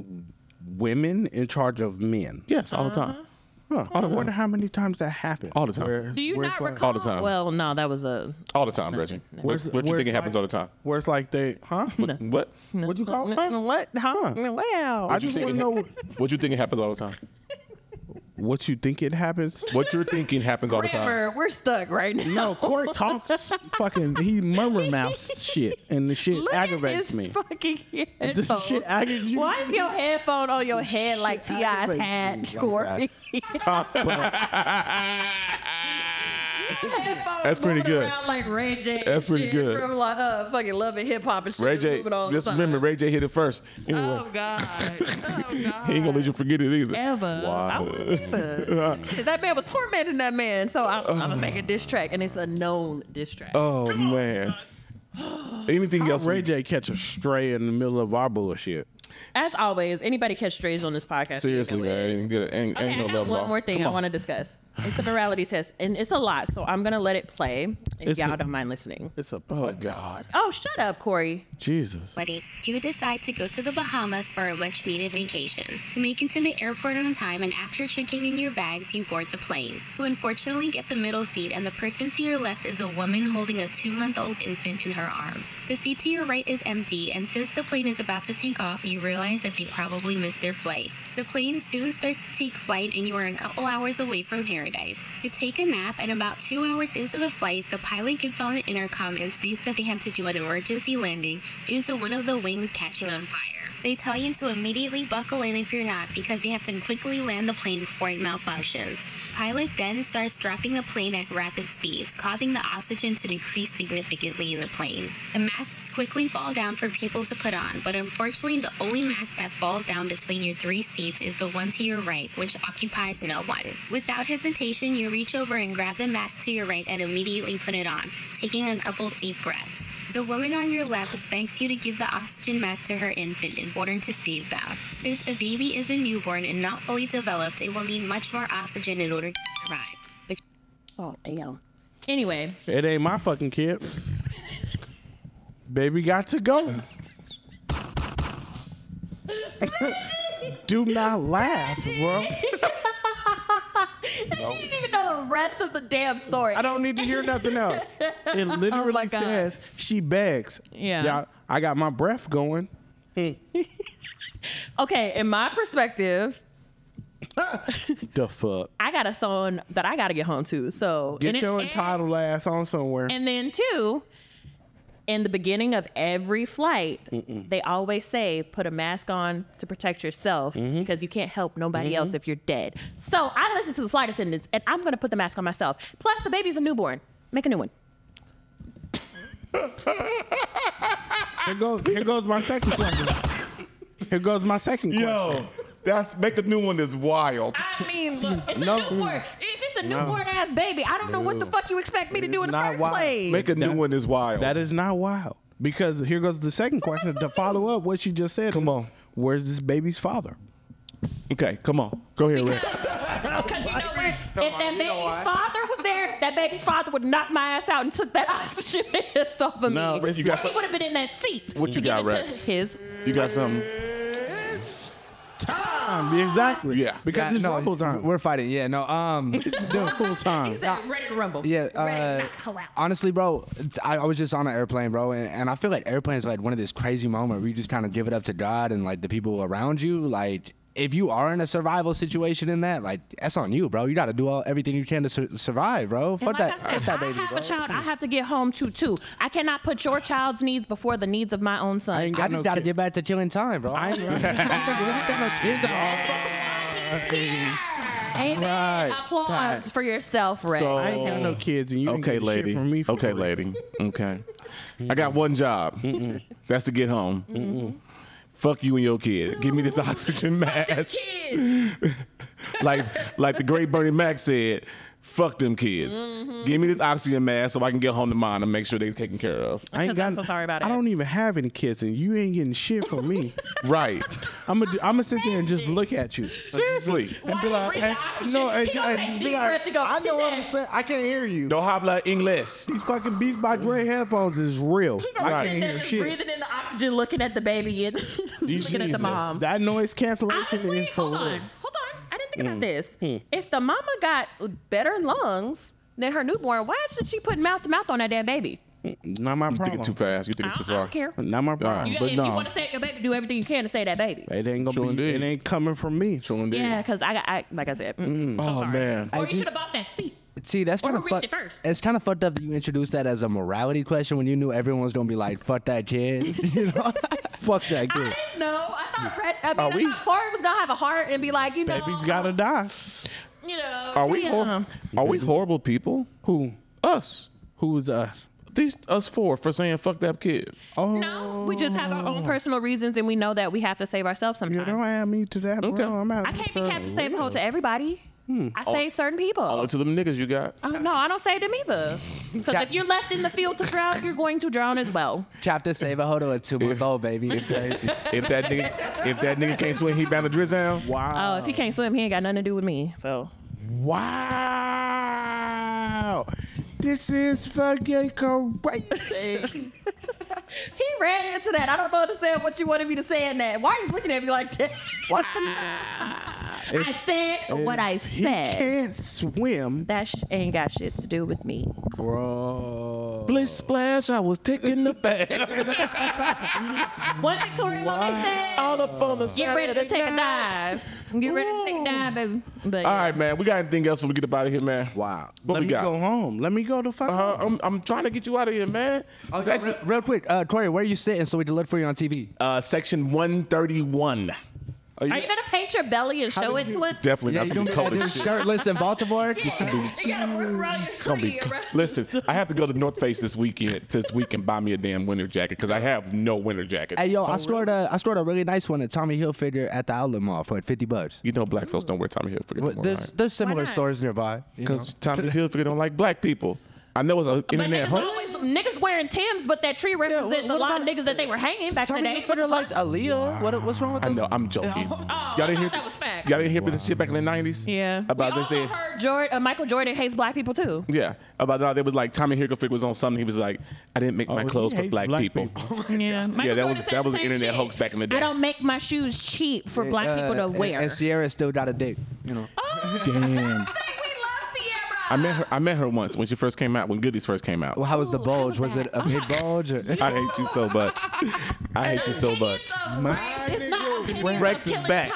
[SPEAKER 5] women in charge of men?
[SPEAKER 7] Yes, all the
[SPEAKER 2] Uh-huh.
[SPEAKER 7] time.
[SPEAKER 5] Huh. I wonder how many times that happened.
[SPEAKER 7] All the time.
[SPEAKER 2] Do you not
[SPEAKER 5] like,
[SPEAKER 2] recall?
[SPEAKER 7] All the time.
[SPEAKER 2] Well, no, that was a
[SPEAKER 7] All the time, Reggie. What,
[SPEAKER 5] Where's-
[SPEAKER 7] what you
[SPEAKER 5] where's
[SPEAKER 7] think it happens
[SPEAKER 5] my-
[SPEAKER 7] all the time?
[SPEAKER 5] Where it's like they huh?
[SPEAKER 7] What?
[SPEAKER 5] What'd you call it?
[SPEAKER 2] Mm, what? Huh?
[SPEAKER 5] Huh.
[SPEAKER 2] Wow.
[SPEAKER 5] I
[SPEAKER 7] you
[SPEAKER 5] just
[SPEAKER 7] think
[SPEAKER 5] want
[SPEAKER 7] it
[SPEAKER 5] to know
[SPEAKER 7] What you think it happens all the time?
[SPEAKER 5] what you think it happens.
[SPEAKER 7] What you're thinking happens all the time.
[SPEAKER 3] We're stuck right now.
[SPEAKER 5] No, Corey talks fucking. He murmur mouths shit, and the shit
[SPEAKER 2] Look at
[SPEAKER 5] aggravates
[SPEAKER 2] his
[SPEAKER 5] me.
[SPEAKER 2] Fucking
[SPEAKER 5] The
[SPEAKER 2] headphones.
[SPEAKER 5] shit aggravates you.
[SPEAKER 2] Why is your headphone on your head like
[SPEAKER 3] T.I.'s
[SPEAKER 2] Ti?
[SPEAKER 3] hat,
[SPEAKER 5] like
[SPEAKER 3] Corey.
[SPEAKER 7] Ah, That's pretty good.
[SPEAKER 2] Like Ray J.
[SPEAKER 7] That's pretty
[SPEAKER 2] shit
[SPEAKER 7] good.
[SPEAKER 2] From like uh, fucking loving hip hop and shit.
[SPEAKER 7] Ray J,
[SPEAKER 2] Moving on
[SPEAKER 7] just
[SPEAKER 2] to
[SPEAKER 7] remember, Ray J hit it first. Anyway,
[SPEAKER 2] Oh God. Oh God.
[SPEAKER 7] he ain't gonna let you forget it either.
[SPEAKER 2] Ever. I
[SPEAKER 5] Wow.
[SPEAKER 2] remember. Shit, that man was tormenting that man, so I'm, I'm gonna make a diss track, and it's a known diss track.
[SPEAKER 7] Oh man. Anything else?
[SPEAKER 5] Ray J catch a stray in the middle of our bullshit.
[SPEAKER 2] As always, anybody catch strays on this podcast?
[SPEAKER 7] Seriously,
[SPEAKER 2] either way.
[SPEAKER 7] man, ain't, good- ain't,
[SPEAKER 2] Okay,
[SPEAKER 7] ain't
[SPEAKER 2] I
[SPEAKER 7] no
[SPEAKER 2] have
[SPEAKER 7] level
[SPEAKER 2] one
[SPEAKER 7] off.
[SPEAKER 2] more thing I want to discuss. It's a virality test, and it's a lot, so I'm gonna let it play if
[SPEAKER 5] It's
[SPEAKER 2] y'all
[SPEAKER 5] a-
[SPEAKER 2] don't mind listening.
[SPEAKER 5] It's a
[SPEAKER 7] Oh God.
[SPEAKER 2] Oh, shut up, Corey.
[SPEAKER 5] Jesus.
[SPEAKER 12] Buddy, you decide to go to the Bahamas for a much needed vacation. You make it to the airport on time, and after checking in your bags, you board the plane. You unfortunately get the middle seat, and the person to your left is a woman holding a two month old infant in her arms. The seat to your right is empty, and since the plane is about to take off, you realize that they probably missed their flight. The plane soon starts to take flight, and you are a couple hours away from paradise. You take a nap, and about two hours into the flight, the pilot gets on the intercom and states that they have to do an emergency landing due to one of the wings catching on fire. They tell you to immediately buckle in if you're not because you have to quickly land the plane before it malfunctions. Pilot then starts dropping the plane at rapid speeds, causing the oxygen to decrease significantly in the plane. The masks quickly fall down for people to put on, but unfortunately, the only mask that falls down between your three seats is the one to your right, which occupies no one. Without hesitation, you reach over and grab the mask to your right and immediately put it on, taking a couple deep breaths. The woman on your left thanks you to give the oxygen mask to her infant in order to save them. Since a baby is a newborn and not fully developed, it will need much more oxygen in order to survive. But
[SPEAKER 2] Oh damn. Anyway,
[SPEAKER 5] It ain't my fucking kid. Baby got to go. Do not laugh, bro.
[SPEAKER 2] you didn't even know the rest of the damn story.
[SPEAKER 5] I don't need to hear nothing else. It literally
[SPEAKER 2] Oh my God.
[SPEAKER 5] says she begs.
[SPEAKER 2] Yeah.
[SPEAKER 5] Y'all- I got my breath going.
[SPEAKER 2] Okay, in my perspective,
[SPEAKER 5] The fuck.
[SPEAKER 2] I got a song that I gotta get home to. So
[SPEAKER 5] Get
[SPEAKER 2] and it-
[SPEAKER 5] your
[SPEAKER 2] and-
[SPEAKER 5] entitled ass on somewhere.
[SPEAKER 2] And then two, in the beginning of every flight, they always say put a mask on to protect yourself
[SPEAKER 5] Mm-hmm.
[SPEAKER 2] because you can't help nobody else if you're dead. So I listen to the flight attendants and I'm gonna put the mask on myself. Plus the baby's a newborn. Make a new one.
[SPEAKER 5] Here goes, here goes my second question. Here goes my second question.
[SPEAKER 7] Yo, that's make a new one that's wild.
[SPEAKER 2] I mean, look, it's
[SPEAKER 5] No.
[SPEAKER 2] a newborn. If it's a newborn ass baby, I don't know what the
[SPEAKER 5] No.
[SPEAKER 2] fuck you expect me to do in the
[SPEAKER 5] not
[SPEAKER 2] first
[SPEAKER 5] wild.
[SPEAKER 2] place.
[SPEAKER 7] Make a new
[SPEAKER 5] That-
[SPEAKER 7] one that's wild.
[SPEAKER 5] That is not wild. Because here goes the second question to follow up what she just said. Come on. Where's this baby's father?
[SPEAKER 7] okay. Come on, go ahead, Ray.
[SPEAKER 2] Because you know what? If that baby's father was there, that baby's father would knock my ass out and took that oxygen mask off of
[SPEAKER 7] No,
[SPEAKER 2] me.
[SPEAKER 7] Rick, you got
[SPEAKER 2] Or he
[SPEAKER 7] some-
[SPEAKER 2] would have been in that seat.
[SPEAKER 7] What you
[SPEAKER 2] to
[SPEAKER 7] got,
[SPEAKER 2] get into
[SPEAKER 7] Rex?
[SPEAKER 2] His.
[SPEAKER 7] You got something?
[SPEAKER 5] time. Exactly.
[SPEAKER 4] Yeah.
[SPEAKER 5] Because
[SPEAKER 1] Yeah,
[SPEAKER 5] it's
[SPEAKER 1] no,
[SPEAKER 5] rumble time.
[SPEAKER 1] We're fighting. Yeah, no. Um,
[SPEAKER 5] it's rumble time.
[SPEAKER 3] ready to rumble.
[SPEAKER 1] yeah.
[SPEAKER 12] Ready
[SPEAKER 1] Uh,
[SPEAKER 12] to knock her out.
[SPEAKER 1] honestly, bro, it's- I, I was just on an airplane, bro, and, and I feel like airplanes like one of this crazy moment where you just kind of give it up to God and like the people around you. Like, if you are in a survival situation in that, like that's on you, bro. You got to do all everything you can to su- survive, bro.
[SPEAKER 2] And
[SPEAKER 1] Fuck
[SPEAKER 2] like
[SPEAKER 1] that.
[SPEAKER 2] I, said,
[SPEAKER 1] fuck that
[SPEAKER 2] I
[SPEAKER 1] baby,
[SPEAKER 2] have
[SPEAKER 1] bro.
[SPEAKER 2] a child I have to get home to too. I cannot put your child's needs before the needs of my own son.
[SPEAKER 5] I ain't
[SPEAKER 1] I
[SPEAKER 5] got no
[SPEAKER 1] just got to
[SPEAKER 5] kid.
[SPEAKER 1] get back to killing time, bro. I ain't
[SPEAKER 3] Amen.
[SPEAKER 5] Right.
[SPEAKER 3] Applause
[SPEAKER 5] Facts.
[SPEAKER 3] for yourself, Ray.
[SPEAKER 4] So-
[SPEAKER 5] I ain't got no kids, and you ain't
[SPEAKER 4] okay,
[SPEAKER 5] getting
[SPEAKER 4] lady.
[SPEAKER 5] Shit from me for
[SPEAKER 4] okay,
[SPEAKER 5] it.
[SPEAKER 4] lady. Okay. I got one job. That's to get home. Fuck you and your kid. Give me this oxygen mask. like, like the great Bernie Mac said. Fuck them kids.
[SPEAKER 5] Mm-hmm.
[SPEAKER 4] Give me this oxygen mask so I can get home to mine and make sure they're taken care of.
[SPEAKER 5] I ain't
[SPEAKER 2] 'Cause
[SPEAKER 5] got.
[SPEAKER 2] I'm so sorry about
[SPEAKER 5] I
[SPEAKER 2] it.
[SPEAKER 5] don't even have any kids, and you ain't getting shit from me.
[SPEAKER 4] Right.
[SPEAKER 5] I'm gonna. I'm gonna sit there and just look at you.
[SPEAKER 4] Seriously.
[SPEAKER 5] And be like, hey, no, and, and be like, I know what I'm saying. I can't hear you.
[SPEAKER 4] Don't habla English.
[SPEAKER 5] These fucking Beats by Dre headphones is real. I can't hear shit.
[SPEAKER 2] breathing in the oxygen, looking at the baby and looking at the mom.
[SPEAKER 5] That noise cancellation
[SPEAKER 2] Honestly,
[SPEAKER 5] is for
[SPEAKER 2] hold on,
[SPEAKER 5] real. Mm.
[SPEAKER 2] hold on. I didn't think about this. If the mama got better lungs than her newborn, why should she put mouth to mouth on that damn baby?
[SPEAKER 5] Not my
[SPEAKER 4] You think it too
[SPEAKER 5] problem.
[SPEAKER 4] fast. You think
[SPEAKER 2] I
[SPEAKER 4] it
[SPEAKER 2] don't, I
[SPEAKER 4] too far.
[SPEAKER 2] don't care.
[SPEAKER 5] Not my problem.
[SPEAKER 4] You
[SPEAKER 5] But
[SPEAKER 2] if you
[SPEAKER 5] no,
[SPEAKER 2] want to save your baby, do everything you can to save that baby.
[SPEAKER 5] it ain't gonna
[SPEAKER 4] Sure
[SPEAKER 5] be.
[SPEAKER 4] indeed.
[SPEAKER 5] It ain't coming from me.
[SPEAKER 4] Sure indeed.
[SPEAKER 2] Yeah, because I, I, like I said, mm, so
[SPEAKER 4] Oh
[SPEAKER 2] sorry.
[SPEAKER 4] man.
[SPEAKER 1] I
[SPEAKER 3] or you
[SPEAKER 1] just-
[SPEAKER 3] should have bought that seat.
[SPEAKER 1] See, that's
[SPEAKER 3] Or
[SPEAKER 1] kind of
[SPEAKER 3] who
[SPEAKER 1] fucked.
[SPEAKER 3] reached it first?
[SPEAKER 1] It's kind of fucked up that you introduced that as a morality question when you knew everyone was gonna be like, "Fuck that kid." You know?
[SPEAKER 5] Fuck that kid.
[SPEAKER 3] No, I thought Red. I
[SPEAKER 5] Are
[SPEAKER 3] mean,
[SPEAKER 5] we-
[SPEAKER 3] I thought Corey was gonna have a heart and be like, you know,
[SPEAKER 5] Baby's gotta die.
[SPEAKER 3] you know.
[SPEAKER 4] Are we hor- are we horrible people?
[SPEAKER 5] Who?
[SPEAKER 4] Us.
[SPEAKER 5] Who's us?
[SPEAKER 4] These us four for saying fuck that kid.
[SPEAKER 5] Oh,
[SPEAKER 2] No, we just have our
[SPEAKER 3] Mm.
[SPEAKER 2] own personal reasons, and we know that we have to save ourselves
[SPEAKER 5] you
[SPEAKER 2] sometimes.
[SPEAKER 5] don't add me to that, bro.
[SPEAKER 4] Okay.
[SPEAKER 5] I'm out.
[SPEAKER 2] I can't be kept to save hold to everybody.
[SPEAKER 3] Hmm.
[SPEAKER 2] I save certain people.
[SPEAKER 4] All Oh, to them niggas you got.
[SPEAKER 2] Uh, no, I don't save them either. Because if you're left in the field to drown, you're going to drown as well.
[SPEAKER 1] Chapter save a hold of a two month old baby. It's crazy.
[SPEAKER 4] If that nigga, if that nigga can't swim, he bound to drizzle. down.
[SPEAKER 5] Wow.
[SPEAKER 2] Oh, if he can't swim, he ain't got nothing to do with me. So
[SPEAKER 5] Wow. This is fucking crazy.
[SPEAKER 3] He ran into that. I don't understand what you wanted me to say in that. Why are you looking at me like that? What? I said what I
[SPEAKER 5] he
[SPEAKER 3] said.
[SPEAKER 5] can't swim.
[SPEAKER 2] that sh- ain't got shit to do with me.
[SPEAKER 5] Bro.
[SPEAKER 4] Bliss splash, I was taking the bath
[SPEAKER 3] What Victoria Woman said.
[SPEAKER 2] Oh,
[SPEAKER 4] all up on the
[SPEAKER 3] Get ready to take a dive. Get ready to take a dive, baby. But
[SPEAKER 4] All right, man. We got anything else when we get up out of here, man?
[SPEAKER 5] Wow.
[SPEAKER 4] What
[SPEAKER 5] Let
[SPEAKER 4] we
[SPEAKER 5] me
[SPEAKER 4] got?
[SPEAKER 5] go home. Let me go to fuck
[SPEAKER 4] Uh,
[SPEAKER 5] home.
[SPEAKER 4] I'm, I'm trying to get you out of here, man.
[SPEAKER 1] real,
[SPEAKER 4] Section,
[SPEAKER 1] Oh, real quick, uh, Corey, where are you sitting so we can look for you on TV?
[SPEAKER 4] uh, section 131.
[SPEAKER 3] Are you gonna paint your belly and show it to us?
[SPEAKER 4] Definitely
[SPEAKER 1] yeah,
[SPEAKER 4] not
[SPEAKER 1] you
[SPEAKER 4] gonna
[SPEAKER 1] gonna
[SPEAKER 4] be cold
[SPEAKER 1] be out there
[SPEAKER 4] as shit.
[SPEAKER 1] shirtless in Baltimore?
[SPEAKER 3] You gotta work around your
[SPEAKER 4] It's gonna be. Listen, I have to go to North Face this weekend, this week, and buy me a damn winter jacket because I have no winter jackets.
[SPEAKER 1] Hey yo, I scored a I scored a really nice one at Tommy Hilfiger at the outlet mall for like fifty bucks.
[SPEAKER 4] You know, black folks don't wear Tommy Hilfiger anymore,
[SPEAKER 1] What, there's
[SPEAKER 4] right?
[SPEAKER 1] there's similar
[SPEAKER 2] not?
[SPEAKER 1] stores nearby. you know?
[SPEAKER 4] Because Tommy Hilfiger don't like black people. I know it's an
[SPEAKER 3] But
[SPEAKER 4] internet
[SPEAKER 3] niggas,
[SPEAKER 4] hoax.
[SPEAKER 3] always, niggas wearing Tims, but that tree represents
[SPEAKER 1] what-
[SPEAKER 3] a
[SPEAKER 1] what
[SPEAKER 3] lot of
[SPEAKER 1] about-
[SPEAKER 3] niggas that they were hanging back in
[SPEAKER 1] Tommy
[SPEAKER 3] the day.
[SPEAKER 1] Hilfiger liked Aaliyah. What, what's wrong with
[SPEAKER 4] I
[SPEAKER 1] them?
[SPEAKER 4] know, I'm joking.
[SPEAKER 3] Oh,
[SPEAKER 4] y'all didn't hear
[SPEAKER 3] that was fact.
[SPEAKER 4] Y'all didn't hear about this shit back in the nineties.
[SPEAKER 2] Yeah.
[SPEAKER 4] About
[SPEAKER 3] We
[SPEAKER 4] they
[SPEAKER 3] also
[SPEAKER 4] said,
[SPEAKER 3] heard Jordan, uh, Michael Jordan hates black people too.
[SPEAKER 4] yeah, about how they was like Tommy Hilfiger was on something. He was like, I didn't make my
[SPEAKER 5] he
[SPEAKER 4] clothes for
[SPEAKER 5] hates
[SPEAKER 4] black,
[SPEAKER 5] black
[SPEAKER 4] people.
[SPEAKER 2] yeah,
[SPEAKER 4] Yeah, that was
[SPEAKER 3] Jordan said
[SPEAKER 4] that
[SPEAKER 3] the
[SPEAKER 4] was an
[SPEAKER 3] same
[SPEAKER 4] internet
[SPEAKER 3] shit.
[SPEAKER 4] hoax back in the day.
[SPEAKER 3] I don't make my shoes cheap for black
[SPEAKER 1] Uh,
[SPEAKER 3] people to
[SPEAKER 1] and-
[SPEAKER 3] wear. Oh,
[SPEAKER 1] And Sierra still got a dick. You know.
[SPEAKER 4] Damn.
[SPEAKER 3] we love Sierra.
[SPEAKER 4] I met her. I met her once when she first came out. When Goodies first came out.
[SPEAKER 1] Well, how was the
[SPEAKER 3] Ooh, how
[SPEAKER 1] bulge?
[SPEAKER 3] was
[SPEAKER 1] Was it a big bulge? Or?
[SPEAKER 4] I hate you so much. I hate you so much. Rex is back.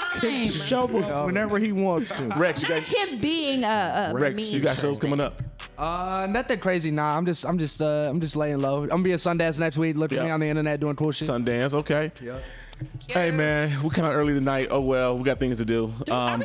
[SPEAKER 5] Show up whenever he wants to.
[SPEAKER 4] Rex, you got
[SPEAKER 3] Him being a, a
[SPEAKER 4] Rex,
[SPEAKER 3] mean
[SPEAKER 4] you got shows coming up.
[SPEAKER 1] Uh, nothing crazy. Nah, I'm just, I'm just, uh, I'm just laying low. I'm gonna be at Sundance next week. Look
[SPEAKER 4] Yeah.
[SPEAKER 1] for me on the internet doing cool shit.
[SPEAKER 4] Sundance, okay. Hey man, we kind of early tonight. Oh well, we got things to do.
[SPEAKER 2] Are we calling it early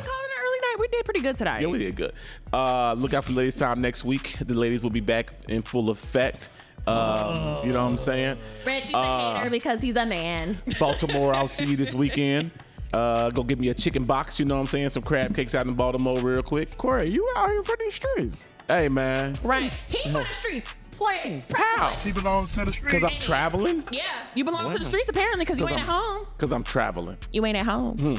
[SPEAKER 2] night? We did pretty good tonight.
[SPEAKER 4] um, Yeah, we did good. Uh, look out for ladies' time next week. The ladies will be back in full effect. Um, you know what I'm saying?
[SPEAKER 3] Reggie's
[SPEAKER 4] uh,
[SPEAKER 3] a hater because he's a man.
[SPEAKER 4] Baltimore, I'll see you this weekend. Uh, go get me a chicken box. You know what I'm saying? Some crab cakes out in Baltimore, real quick.
[SPEAKER 5] Corey, you out here for these streets.
[SPEAKER 4] Hey man,
[SPEAKER 2] Right.
[SPEAKER 3] He's on the streets playing.
[SPEAKER 4] how?
[SPEAKER 8] She belongs to the
[SPEAKER 4] Cause
[SPEAKER 8] streets.
[SPEAKER 4] I'm traveling.
[SPEAKER 3] Yeah, you belong to the streets apparently because you ain't
[SPEAKER 4] I'm-
[SPEAKER 3] at home.
[SPEAKER 4] Cause I'm traveling.
[SPEAKER 2] You ain't at home.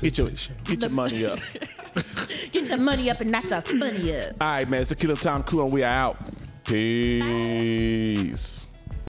[SPEAKER 4] Get your get your money up.
[SPEAKER 3] Get your money up and not your funny up.
[SPEAKER 4] All right, man. It's the Killer Time Crew, and we are out. Peace.